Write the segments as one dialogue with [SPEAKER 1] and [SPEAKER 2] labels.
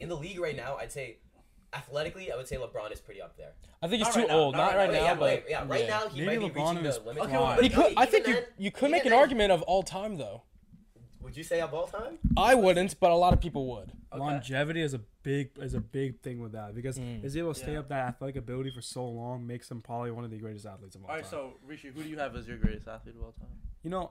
[SPEAKER 1] in the league right now, I'd say athletically, I would say LeBron is pretty up there.
[SPEAKER 2] I think he's
[SPEAKER 3] Not
[SPEAKER 2] too
[SPEAKER 3] right now,
[SPEAKER 2] old.
[SPEAKER 3] not
[SPEAKER 2] Not
[SPEAKER 3] right
[SPEAKER 2] right,
[SPEAKER 1] But
[SPEAKER 2] now,
[SPEAKER 1] yeah,
[SPEAKER 2] but
[SPEAKER 1] wait, yeah, right
[SPEAKER 2] yeah.
[SPEAKER 1] now he
[SPEAKER 3] Maybe
[SPEAKER 1] might be
[SPEAKER 3] LeBron
[SPEAKER 1] reaching the
[SPEAKER 3] is
[SPEAKER 1] limit.
[SPEAKER 3] Okay,
[SPEAKER 2] well,
[SPEAKER 1] but
[SPEAKER 2] but he
[SPEAKER 1] no,
[SPEAKER 2] could- I
[SPEAKER 1] even
[SPEAKER 2] think you
[SPEAKER 1] then-
[SPEAKER 2] you could
[SPEAKER 1] even
[SPEAKER 2] make an
[SPEAKER 1] then-
[SPEAKER 2] argument of all time though.
[SPEAKER 1] Would you say of all time?
[SPEAKER 2] I wouldn't, but a lot of people would.
[SPEAKER 1] Okay.
[SPEAKER 3] Longevity is a big is a big thing with that because
[SPEAKER 2] Mm.
[SPEAKER 3] is able to stay
[SPEAKER 4] Yeah.
[SPEAKER 3] up that athletic ability for so long makes him probably one of the greatest athletes of all,
[SPEAKER 4] All right,
[SPEAKER 3] time.
[SPEAKER 4] so Rishi, who do you have as your greatest athlete of all time?
[SPEAKER 3] you know,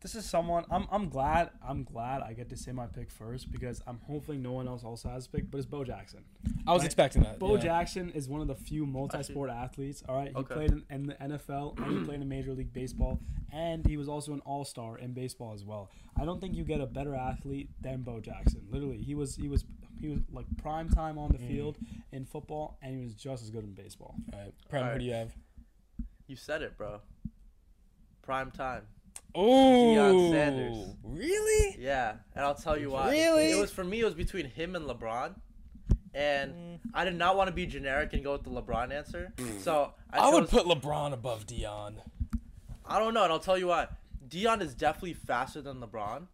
[SPEAKER 3] this is someone I'm I'm glad I'm glad I get to say my pick first because I'm hoping no one else also has a pick, but it's Bo Jackson.
[SPEAKER 2] I was
[SPEAKER 3] Right.
[SPEAKER 2] expecting that.
[SPEAKER 3] Bo
[SPEAKER 2] yeah.
[SPEAKER 3] Jackson is one of the few multi-sport athletes. All right, he
[SPEAKER 4] Okay.
[SPEAKER 3] played in, in the NFL and he played in Major League Baseball, and he was also an All-Star in baseball as well. I don't think you get a better athlete than Bo Jackson. Literally, he was he was he was like prime time on the
[SPEAKER 2] Mm.
[SPEAKER 3] field in football, and he was just as good in baseball.
[SPEAKER 2] All right. Prime,
[SPEAKER 4] All
[SPEAKER 2] who do you have?
[SPEAKER 4] You said it, bro. Prime time.
[SPEAKER 2] Oh,
[SPEAKER 4] Sanders.
[SPEAKER 2] really?
[SPEAKER 4] Yeah, and I'll tell you why.
[SPEAKER 2] Really?
[SPEAKER 4] It was for me. It was between him and LeBron, and
[SPEAKER 2] Mm.
[SPEAKER 4] I did not want to be generic and go with the LeBron answer. So I,
[SPEAKER 2] I,
[SPEAKER 4] chose,
[SPEAKER 2] would put LeBron above Dion.
[SPEAKER 4] I don't know, and I'll tell you why. Dion is definitely faster than LeBron.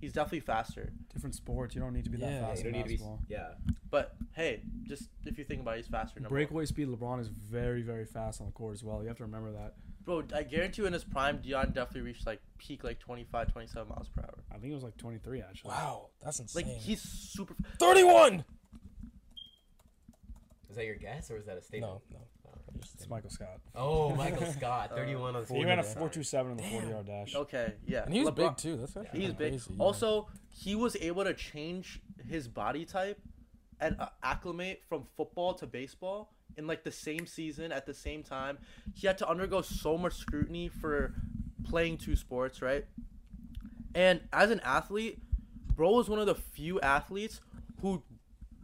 [SPEAKER 4] He's definitely faster.
[SPEAKER 3] Different sports, you don't need to be
[SPEAKER 2] Yeah,
[SPEAKER 3] that
[SPEAKER 1] Yeah,
[SPEAKER 3] fast
[SPEAKER 1] you
[SPEAKER 3] in
[SPEAKER 1] don't need to be.
[SPEAKER 3] basketball.
[SPEAKER 1] Yeah.
[SPEAKER 4] But hey, just if you think about it, he's faster. number one.
[SPEAKER 3] Breakaway speed, LeBron is very very fast on the court as well. You have to remember that.
[SPEAKER 4] Bro, I guarantee you in his prime, Dion definitely reached like peak like 25, 27 miles per hour.
[SPEAKER 3] I think it was like 23 actually.
[SPEAKER 2] Wow, that's insane.
[SPEAKER 4] Like he's super.
[SPEAKER 2] 31.
[SPEAKER 1] Is that your guess or is that a statement?
[SPEAKER 2] No, no.
[SPEAKER 3] It's Michael Scott.
[SPEAKER 1] Oh, Michael Scott, 31 on the
[SPEAKER 3] He ran a
[SPEAKER 1] season.
[SPEAKER 3] 4.27 in the 40 yard dash.
[SPEAKER 4] Okay, yeah.
[SPEAKER 2] And he was
[SPEAKER 4] LeBron-
[SPEAKER 2] big too. That's
[SPEAKER 4] He's
[SPEAKER 2] kinda
[SPEAKER 4] big.
[SPEAKER 2] crazy, yeah.
[SPEAKER 4] Also, he was able to change his body type and uh, acclimate from football to baseball in like the same season at the same time. He had to undergo so much scrutiny for playing two sports, right? And as an athlete, bro was one of the few athletes who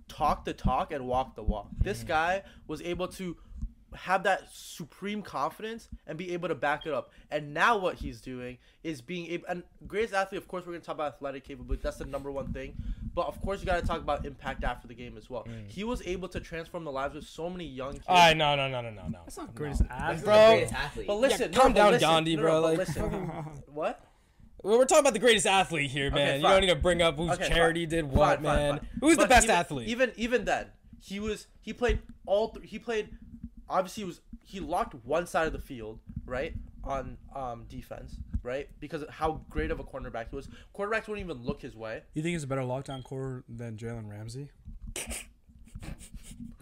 [SPEAKER 4] talked the talk and walked the walk. This
[SPEAKER 2] Mm.
[SPEAKER 4] guy was able to have that supreme confidence and be able to back it up. And now what he's doing is being able and greatest athlete, of course we're gonna talk about athletic capability. That's the number one thing. But of course you gotta talk about impact after the game as well.
[SPEAKER 2] Mm.
[SPEAKER 4] He was able to transform the lives of so many young kids.
[SPEAKER 2] All right, no, no, no, no, no, no. That's
[SPEAKER 3] not greatest
[SPEAKER 1] This
[SPEAKER 3] athlete.
[SPEAKER 1] is
[SPEAKER 2] Bro.
[SPEAKER 1] the greatest athlete.
[SPEAKER 4] But listen,
[SPEAKER 2] calm
[SPEAKER 4] no, but
[SPEAKER 2] down,
[SPEAKER 4] listen,
[SPEAKER 2] Gandhi,
[SPEAKER 4] no,
[SPEAKER 2] bro,
[SPEAKER 4] no, but
[SPEAKER 2] like-
[SPEAKER 4] listen. what?
[SPEAKER 2] We're talking about the greatest athlete here, man. you
[SPEAKER 4] fine.
[SPEAKER 2] don't need to bring up whose
[SPEAKER 4] Okay,
[SPEAKER 2] charity
[SPEAKER 4] fine.
[SPEAKER 2] did
[SPEAKER 4] Fine,
[SPEAKER 2] what,
[SPEAKER 4] fine,
[SPEAKER 2] man.
[SPEAKER 4] fine.
[SPEAKER 2] Who's the
[SPEAKER 4] But
[SPEAKER 2] best
[SPEAKER 4] even-
[SPEAKER 2] athlete?
[SPEAKER 4] Even even then, he was he played all th- he played. Obviously, he was he locked one side of the field right on um defense right because of how great of a cornerback he was. Quarterbacks wouldn't even look his way.
[SPEAKER 3] You think he's a better lockdown quarter than Jalen Ramsey?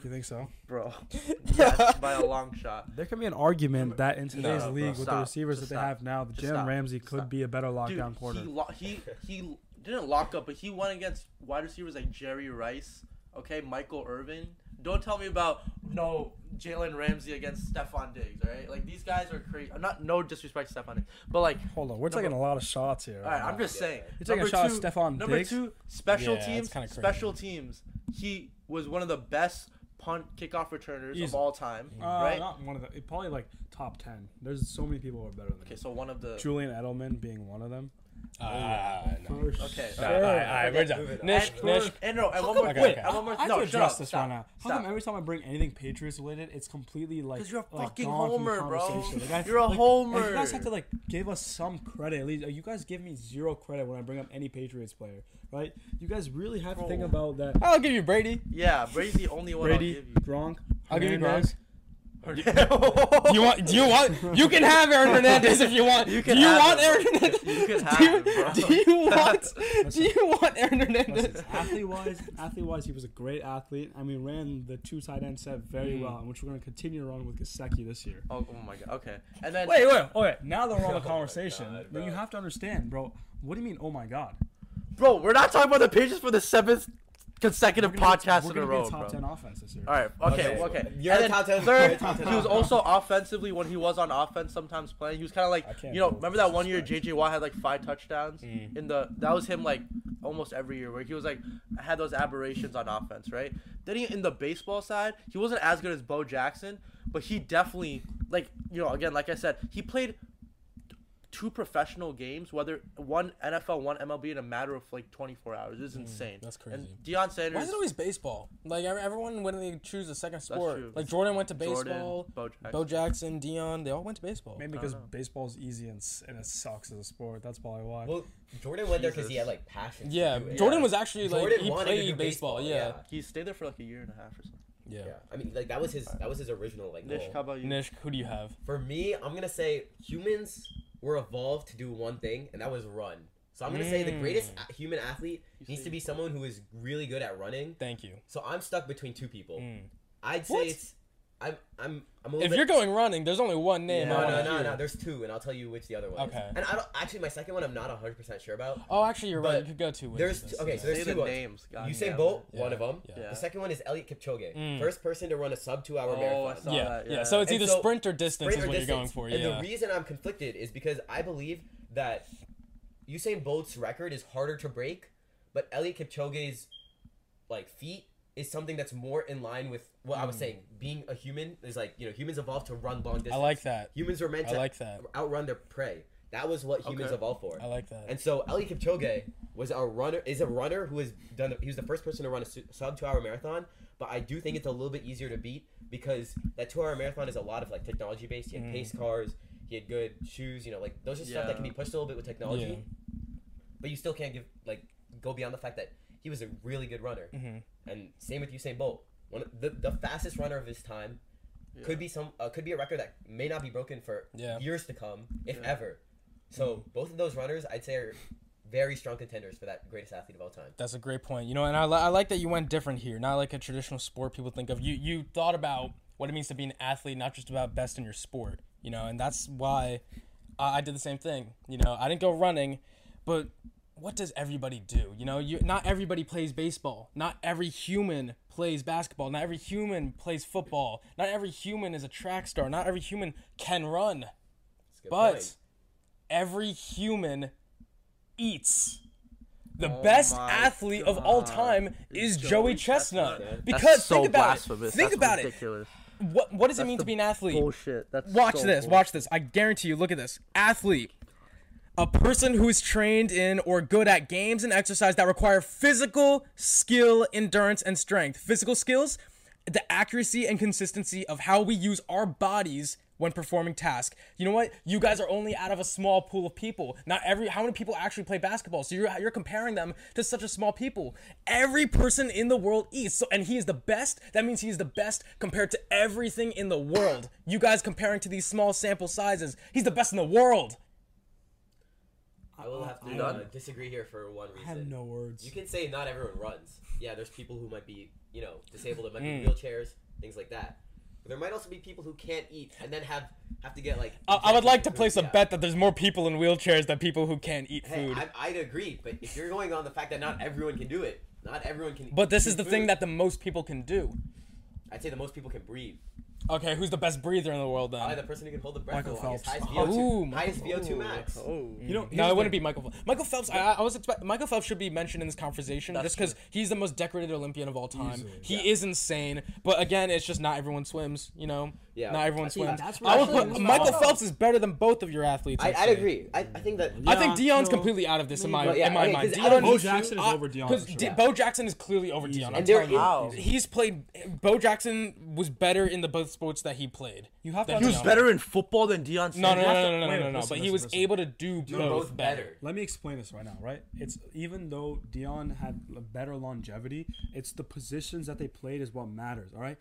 [SPEAKER 3] you think so?
[SPEAKER 4] Bro, yes, by a long shot.
[SPEAKER 3] There can be an argument that in today's
[SPEAKER 4] bro.
[SPEAKER 3] league with
[SPEAKER 4] Stop.
[SPEAKER 3] the receivers
[SPEAKER 4] Just
[SPEAKER 3] that they
[SPEAKER 4] stop.
[SPEAKER 3] have now, that
[SPEAKER 4] Just
[SPEAKER 3] Jalen
[SPEAKER 4] stop.
[SPEAKER 3] Ramsey
[SPEAKER 4] Just
[SPEAKER 3] could
[SPEAKER 4] stop.
[SPEAKER 3] be a better
[SPEAKER 4] Dude,
[SPEAKER 3] lockdown quarter.
[SPEAKER 4] he, lo- he he didn't lock up, but he went against wide receivers like Jerry Rice, okay, Michael Irvin. Don't tell me about no Jalen Ramsey against Stephon Diggs, all right? Like these guys are crazy. I'm not no disrespect to Stephon Diggs, but like,
[SPEAKER 3] Hold on, we're
[SPEAKER 4] Number-
[SPEAKER 3] taking a lot of shots here.
[SPEAKER 4] all right,
[SPEAKER 3] right
[SPEAKER 4] I'm
[SPEAKER 3] now.
[SPEAKER 4] just saying.
[SPEAKER 3] You're taking
[SPEAKER 4] Number
[SPEAKER 3] a shot
[SPEAKER 4] two-
[SPEAKER 3] at Stephon
[SPEAKER 4] Number
[SPEAKER 3] Diggs?
[SPEAKER 4] two, special
[SPEAKER 2] Yeah, that's
[SPEAKER 4] teams.
[SPEAKER 2] kinda crazy.
[SPEAKER 4] Special teams. He was one of the best punt kickoff returners of
[SPEAKER 3] Easy.
[SPEAKER 4] all time,
[SPEAKER 3] Uh,
[SPEAKER 4] right?
[SPEAKER 3] Not one of the, it- probably like top 10. There's so many people who are better than
[SPEAKER 4] Okay,
[SPEAKER 3] him.
[SPEAKER 4] so one of the
[SPEAKER 3] Julian Edelman being one of them.
[SPEAKER 2] Ah, no.
[SPEAKER 3] For
[SPEAKER 4] Okay.
[SPEAKER 3] sure.
[SPEAKER 2] All right, all right, we're
[SPEAKER 4] Okay,
[SPEAKER 2] done.
[SPEAKER 1] move it on.
[SPEAKER 2] Nish,
[SPEAKER 4] And-
[SPEAKER 2] Nish.
[SPEAKER 4] And no, and one more.
[SPEAKER 3] How come-
[SPEAKER 2] Okay,
[SPEAKER 4] wait,
[SPEAKER 2] okay.
[SPEAKER 4] and one more.
[SPEAKER 3] I have
[SPEAKER 4] no,
[SPEAKER 3] to
[SPEAKER 4] shut
[SPEAKER 3] address
[SPEAKER 4] up,
[SPEAKER 3] this
[SPEAKER 4] stop,
[SPEAKER 3] right now. How
[SPEAKER 4] stop.
[SPEAKER 3] come every time I bring anything Patriots related, it's completely like
[SPEAKER 4] Because you're a
[SPEAKER 3] like,
[SPEAKER 4] fucking
[SPEAKER 3] gone from the
[SPEAKER 4] homer, bro.
[SPEAKER 3] conversation. Like, I-
[SPEAKER 4] You're a
[SPEAKER 3] like,
[SPEAKER 4] homer.
[SPEAKER 3] You guys have to like give us some credit. At least you guys give me zero credit when I bring up any Patriots player, right? You guys really have to think
[SPEAKER 4] Bro.
[SPEAKER 3] about that.
[SPEAKER 2] I'll give you Brady.
[SPEAKER 4] Yeah, Brady's the only one
[SPEAKER 3] Brady,
[SPEAKER 4] I'll
[SPEAKER 3] Gronk.
[SPEAKER 2] I'll give you Gronk.
[SPEAKER 4] give
[SPEAKER 3] Hernandez.
[SPEAKER 4] you. Hernandez.
[SPEAKER 2] Do you want? Do you want? You can have Aaron Hernandez if you want.
[SPEAKER 4] You can
[SPEAKER 2] do you
[SPEAKER 4] have
[SPEAKER 2] want
[SPEAKER 4] him.
[SPEAKER 2] Aaron Hernandez?
[SPEAKER 4] You can
[SPEAKER 2] do,
[SPEAKER 4] have him, bro.
[SPEAKER 2] do you want? do you want Aaron Hernandez?
[SPEAKER 3] athlete wise, athlete wise, he was a great athlete, and we ran the two tight end set very
[SPEAKER 4] Mm.
[SPEAKER 3] well, which we're going to continue to run with Gasecki this year.
[SPEAKER 4] Oh, oh my god. Okay. And then
[SPEAKER 3] Wait, wait, wait. Now that we're
[SPEAKER 4] Oh
[SPEAKER 3] on the
[SPEAKER 1] my
[SPEAKER 3] conversation,
[SPEAKER 1] God,
[SPEAKER 3] then you
[SPEAKER 1] bro.
[SPEAKER 3] have to understand, bro. What do you mean? Oh my god!
[SPEAKER 4] bro, we're not talking about the Patriots for the seventh consecutive
[SPEAKER 3] We're gonna be-
[SPEAKER 4] podcast in
[SPEAKER 3] we're
[SPEAKER 4] a
[SPEAKER 3] gonna
[SPEAKER 4] row,
[SPEAKER 3] be a top
[SPEAKER 4] bro.
[SPEAKER 3] ten offense this year.
[SPEAKER 4] All right. Okay.
[SPEAKER 1] Okay.
[SPEAKER 4] Okay.
[SPEAKER 1] You're
[SPEAKER 4] and then
[SPEAKER 1] top 10.
[SPEAKER 4] Third,
[SPEAKER 1] Top 10.
[SPEAKER 4] he was also offensively when he was on offense sometimes playing. He was kind of like
[SPEAKER 3] can't
[SPEAKER 4] you know
[SPEAKER 3] do
[SPEAKER 4] remember
[SPEAKER 3] this.
[SPEAKER 4] that
[SPEAKER 3] This
[SPEAKER 4] one
[SPEAKER 3] is
[SPEAKER 4] year
[SPEAKER 3] crazy.
[SPEAKER 4] JJ Watt had like five touchdowns
[SPEAKER 2] Mm.
[SPEAKER 4] in the that was him like almost every year where he was like had those aberrations on offense right. Then he in the baseball side he wasn't as good as Bo Jackson, but he definitely like you know again like I said he played two professional games, whether one NFL, one MLB, in a matter of like 24 hours. It's insane.
[SPEAKER 5] that's
[SPEAKER 4] And
[SPEAKER 5] crazy.
[SPEAKER 4] Deion Sanders.
[SPEAKER 5] Why is it always baseball? Like ev- everyone, when they choose a second
[SPEAKER 4] true.
[SPEAKER 5] sport, like Jordan went to
[SPEAKER 4] Jordan,
[SPEAKER 5] baseball,
[SPEAKER 4] Bo Jackson.
[SPEAKER 5] Bo Jackson, Dion, they all went to baseball.
[SPEAKER 3] Maybe because baseball's easy and, s- and it sucks as a sport. That's probably why.
[SPEAKER 1] Well, Jordan went there because he had
[SPEAKER 4] Jesus.
[SPEAKER 1] like passion. to
[SPEAKER 5] Yeah,
[SPEAKER 1] do it.
[SPEAKER 5] Jordan was actually like
[SPEAKER 1] Jordan
[SPEAKER 5] he
[SPEAKER 1] wanted to do
[SPEAKER 5] played baseball. Yeah,
[SPEAKER 4] He stayed there for like a year and a half or something.
[SPEAKER 5] yeah.
[SPEAKER 1] yeah, I mean, like that was his that was his original like
[SPEAKER 4] Nish, how
[SPEAKER 1] goal.
[SPEAKER 4] about you?
[SPEAKER 5] Nish, who do you have?
[SPEAKER 1] For me, I'm gonna say humans were evolved to do one thing, and that was run. So I'm gonna say the greatest
[SPEAKER 5] Mm.
[SPEAKER 1] a- human athlete
[SPEAKER 4] You
[SPEAKER 1] needs
[SPEAKER 4] see-
[SPEAKER 1] to be someone who is really good at running.
[SPEAKER 5] Thank you.
[SPEAKER 1] So I'm stuck between two people.
[SPEAKER 5] Mm.
[SPEAKER 1] I'd say
[SPEAKER 5] What?
[SPEAKER 1] it's I'm I'm I'm a little
[SPEAKER 5] If
[SPEAKER 1] bit.
[SPEAKER 5] you're going running, there's only one name.
[SPEAKER 1] no,
[SPEAKER 5] I
[SPEAKER 1] no,
[SPEAKER 5] wanna
[SPEAKER 1] no,
[SPEAKER 5] hear.
[SPEAKER 1] no. There's two, and I'll tell you which the other one.
[SPEAKER 5] Okay.
[SPEAKER 1] Is. And I don't actually my second one I'm not 100 percent sure about.
[SPEAKER 5] Oh, actually, you're right.
[SPEAKER 1] But
[SPEAKER 5] You could go two ways.
[SPEAKER 1] there's
[SPEAKER 5] with
[SPEAKER 1] two-
[SPEAKER 5] this,
[SPEAKER 1] okay,
[SPEAKER 5] yeah.
[SPEAKER 1] so there's
[SPEAKER 4] Say
[SPEAKER 1] two
[SPEAKER 4] the
[SPEAKER 1] ones.
[SPEAKER 4] names. God
[SPEAKER 1] Usain
[SPEAKER 4] damn
[SPEAKER 1] Bolt,
[SPEAKER 5] Yeah,
[SPEAKER 1] one of them.
[SPEAKER 5] yeah.
[SPEAKER 4] Yeah.
[SPEAKER 1] The second one is Elliot Kipchoge,
[SPEAKER 5] Mm.
[SPEAKER 1] first person to run a sub two hour
[SPEAKER 4] Oh, I
[SPEAKER 1] marathon.
[SPEAKER 4] saw
[SPEAKER 5] yeah,
[SPEAKER 4] that,
[SPEAKER 5] yeah,
[SPEAKER 4] yeah.
[SPEAKER 5] So it's
[SPEAKER 1] And
[SPEAKER 5] either
[SPEAKER 1] so-
[SPEAKER 5] sprint or distance
[SPEAKER 1] Sprint
[SPEAKER 5] is
[SPEAKER 1] or
[SPEAKER 5] what you're going
[SPEAKER 1] distance.
[SPEAKER 5] for.
[SPEAKER 1] And the
[SPEAKER 5] Yeah.
[SPEAKER 1] reason I'm conflicted is because I believe that Usain Bolt's record is harder to break, but Elliot Kipchoge's like feet is something that's more in line with what I was saying. Being a human is like you know humans evolved to run long distance.
[SPEAKER 5] Hmm. I like that.
[SPEAKER 1] humans were meant
[SPEAKER 5] I
[SPEAKER 1] to
[SPEAKER 5] like that.
[SPEAKER 1] outrun their prey. That was what humans
[SPEAKER 4] Okay.
[SPEAKER 1] evolved for.
[SPEAKER 5] I like that.
[SPEAKER 1] And so Elliot Kipchoge was a runner is a runner who has done the, he was the first person to run a su- sub 2 hour marathon, but I do think it's a little bit easier to beat because that 2 hour marathon is a lot of like technology based. He had pace cars, he had good shoes, you know, like those are stuff that can
[SPEAKER 4] Yeah.
[SPEAKER 1] be pushed a little bit with technology.
[SPEAKER 5] Yeah.
[SPEAKER 1] But you still can't give like go beyond the fact that he was a really good runner.
[SPEAKER 5] Mhm.
[SPEAKER 1] And same with Usain Bolt. One of the, the fastest runner of his time could be some uh, could be a record that may not be broken for
[SPEAKER 5] Yeah.
[SPEAKER 1] years to come, if
[SPEAKER 4] Yeah.
[SPEAKER 1] ever. So both of those runners, I'd say, are very strong contenders for that greatest athlete of all time.
[SPEAKER 5] That's a great point. You know, and I, li- I like that you went different here. Not like a traditional sport people think of. You you thought about what it means to be an athlete, not just about best in your sport. You know, and that's why I, I did the same thing. You know, I didn't go running, but what does everybody do? You know, you not everybody plays baseball. Not every human plays basketball. Not every human plays football. Not every human is a track star. Not every human can run.
[SPEAKER 1] That's a good
[SPEAKER 5] But
[SPEAKER 1] point.
[SPEAKER 5] every human eats. The
[SPEAKER 4] Oh
[SPEAKER 5] best
[SPEAKER 4] my
[SPEAKER 5] athlete of all
[SPEAKER 4] God.
[SPEAKER 5] time is Joey, Chestnut. Because
[SPEAKER 4] That's so
[SPEAKER 5] think about
[SPEAKER 4] blasphemous.
[SPEAKER 5] it. Think
[SPEAKER 4] That's
[SPEAKER 5] about
[SPEAKER 4] ridiculous.
[SPEAKER 5] it. What what does it mean
[SPEAKER 4] the
[SPEAKER 5] to be an athlete?
[SPEAKER 4] Bullshit. That's
[SPEAKER 5] Watch
[SPEAKER 4] so
[SPEAKER 5] this.
[SPEAKER 4] bull-
[SPEAKER 5] Watch this. I guarantee you. Look at this. Athlete. A person who is trained in or good at games and exercise that require physical skill, endurance, and strength. Physical skills, the accuracy and consistency of how we use our bodies when performing tasks. You know what? You guys are only out of a small pool of people. Not every how many people actually play basketball? So you're you're comparing them to such a small people. Every person in the world eats. So and he is the best. That means he is the best compared to everything in the world. You guys comparing to these small sample sizes. He's the best in the world.
[SPEAKER 1] I will have
[SPEAKER 3] I-
[SPEAKER 1] to uh, disagree here for one reason.
[SPEAKER 3] I have no words.
[SPEAKER 1] You can say not everyone runs. Yeah, there's people who might be you know disabled, that might be
[SPEAKER 5] Hmm.
[SPEAKER 1] in wheelchairs, things like that. But there might also be people who can't eat and then have have to get like.
[SPEAKER 5] I, I would like to
[SPEAKER 1] injected
[SPEAKER 5] place a
[SPEAKER 1] food, yeah.
[SPEAKER 5] bet that there's more people in wheelchairs than people who can't eat
[SPEAKER 1] Hey,
[SPEAKER 5] food.
[SPEAKER 1] I, I'd agree, but if you're going on the fact that not everyone can do it, not everyone can.
[SPEAKER 5] But this
[SPEAKER 1] eat
[SPEAKER 5] is the
[SPEAKER 1] food,
[SPEAKER 5] thing that the most people can do.
[SPEAKER 1] I'd say the most people can breathe.
[SPEAKER 5] Okay, who's the best breather in the world then?
[SPEAKER 1] Probably the person who can hold the breath
[SPEAKER 3] Michael
[SPEAKER 1] the longest.
[SPEAKER 3] Phelps.
[SPEAKER 1] Highest VO2,
[SPEAKER 5] Ooh,
[SPEAKER 1] highest VO2
[SPEAKER 4] Ooh,
[SPEAKER 1] max.
[SPEAKER 4] Oh.
[SPEAKER 3] You know,
[SPEAKER 5] No, it wouldn't be Michael Phelps. Michael Phelps, I, I was expect Michael Phelps should be mentioned in this conversation just because he's the most decorated Olympian of all time.
[SPEAKER 3] Easily.
[SPEAKER 5] He is insane, but again, it's just not everyone swims. You know,
[SPEAKER 1] Yeah.
[SPEAKER 5] not everyone
[SPEAKER 3] See,
[SPEAKER 5] swims.
[SPEAKER 3] that's
[SPEAKER 5] I would
[SPEAKER 3] where I
[SPEAKER 5] put,
[SPEAKER 3] was
[SPEAKER 5] Michael
[SPEAKER 3] wrong.
[SPEAKER 5] Phelps is better than both of your athletes.
[SPEAKER 1] I,
[SPEAKER 5] I'd
[SPEAKER 1] I'd
[SPEAKER 5] say.
[SPEAKER 1] agree. I, I think that.
[SPEAKER 5] I think
[SPEAKER 3] Yeah,
[SPEAKER 5] Dion's
[SPEAKER 3] no.
[SPEAKER 5] completely out of this in my
[SPEAKER 1] Well, yeah,
[SPEAKER 5] in my
[SPEAKER 1] okay,
[SPEAKER 5] mind.
[SPEAKER 1] 'cause I
[SPEAKER 5] Dion
[SPEAKER 1] don't-
[SPEAKER 3] Bo
[SPEAKER 5] is-
[SPEAKER 3] Jackson is
[SPEAKER 5] I-
[SPEAKER 3] over Dion.
[SPEAKER 5] Because
[SPEAKER 3] for sure.
[SPEAKER 5] D- Bo Jackson is clearly over Dion. I'm
[SPEAKER 1] And there
[SPEAKER 5] telling you,
[SPEAKER 4] Wow.
[SPEAKER 5] he's played. Bo Jackson was better in the both sports that he played.
[SPEAKER 3] You have to
[SPEAKER 5] than
[SPEAKER 3] understand-
[SPEAKER 4] He was
[SPEAKER 5] Dion.
[SPEAKER 4] better in football than Deion Sanders.
[SPEAKER 5] No, no, no,
[SPEAKER 3] have to-
[SPEAKER 5] no, no, no,
[SPEAKER 3] wait,
[SPEAKER 5] no, no.
[SPEAKER 3] listen,
[SPEAKER 5] But he
[SPEAKER 3] listen,
[SPEAKER 5] was
[SPEAKER 3] listen.
[SPEAKER 5] able to do
[SPEAKER 1] They're both
[SPEAKER 5] both
[SPEAKER 1] better.
[SPEAKER 3] Let me explain this right now, right? It's even though Dion had a better longevity, it's the positions that they played is what matters, all right?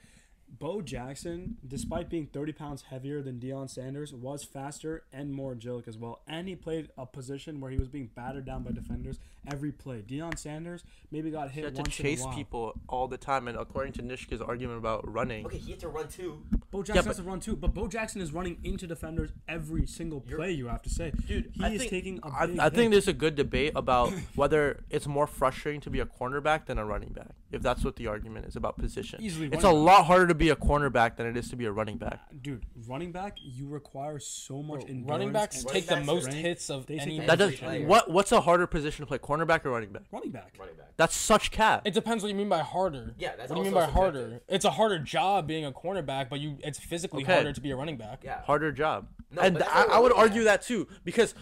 [SPEAKER 3] Bo Jackson, despite being 30 pounds heavier than Deion Sanders, was faster and more angelic as well. And he played a position where he was being battered down by defenders every play. Deion Sanders maybe got hit
[SPEAKER 4] He had to
[SPEAKER 3] once
[SPEAKER 4] chase
[SPEAKER 3] in a while.
[SPEAKER 4] people all the time, and according to Nishka's argument about running,
[SPEAKER 1] Okay, he had to run too.
[SPEAKER 3] Bo Jackson
[SPEAKER 4] but-
[SPEAKER 3] has to run too, but Bo Jackson is running into defenders every single play, you have to say.
[SPEAKER 4] dude,
[SPEAKER 3] he
[SPEAKER 4] I
[SPEAKER 3] is
[SPEAKER 4] think,
[SPEAKER 3] taking a
[SPEAKER 4] I-
[SPEAKER 3] big
[SPEAKER 4] I think
[SPEAKER 3] hit.
[SPEAKER 4] there's a good debate about whether it's more frustrating to be a cornerback than a running back. If that's what the argument is about position,
[SPEAKER 3] Easily
[SPEAKER 4] it's a
[SPEAKER 3] running
[SPEAKER 4] lot harder to be a cornerback than it is to be a running back.
[SPEAKER 3] Dude, running back, you require so much endurance.
[SPEAKER 5] Running backs
[SPEAKER 3] and
[SPEAKER 5] take the
[SPEAKER 1] backs
[SPEAKER 5] most
[SPEAKER 3] rank.
[SPEAKER 5] hits of
[SPEAKER 3] They take
[SPEAKER 5] any.
[SPEAKER 3] the
[SPEAKER 4] That
[SPEAKER 1] Every
[SPEAKER 4] does
[SPEAKER 1] player.
[SPEAKER 4] what? What's a harder position to play, cornerback or running back?
[SPEAKER 3] running back.
[SPEAKER 1] Running back.
[SPEAKER 4] That's such cap.
[SPEAKER 5] It depends what you mean by harder.
[SPEAKER 1] Yeah, that's
[SPEAKER 5] what do you mean by
[SPEAKER 1] also
[SPEAKER 5] harder.
[SPEAKER 1] subjective.
[SPEAKER 5] It's a harder job being a cornerback, but you it's physically
[SPEAKER 4] Okay.
[SPEAKER 5] harder to be a running back.
[SPEAKER 1] Yeah.
[SPEAKER 4] Harder job. and
[SPEAKER 1] but that's
[SPEAKER 4] I,
[SPEAKER 1] not
[SPEAKER 4] I would
[SPEAKER 1] what I'm
[SPEAKER 4] argue that too because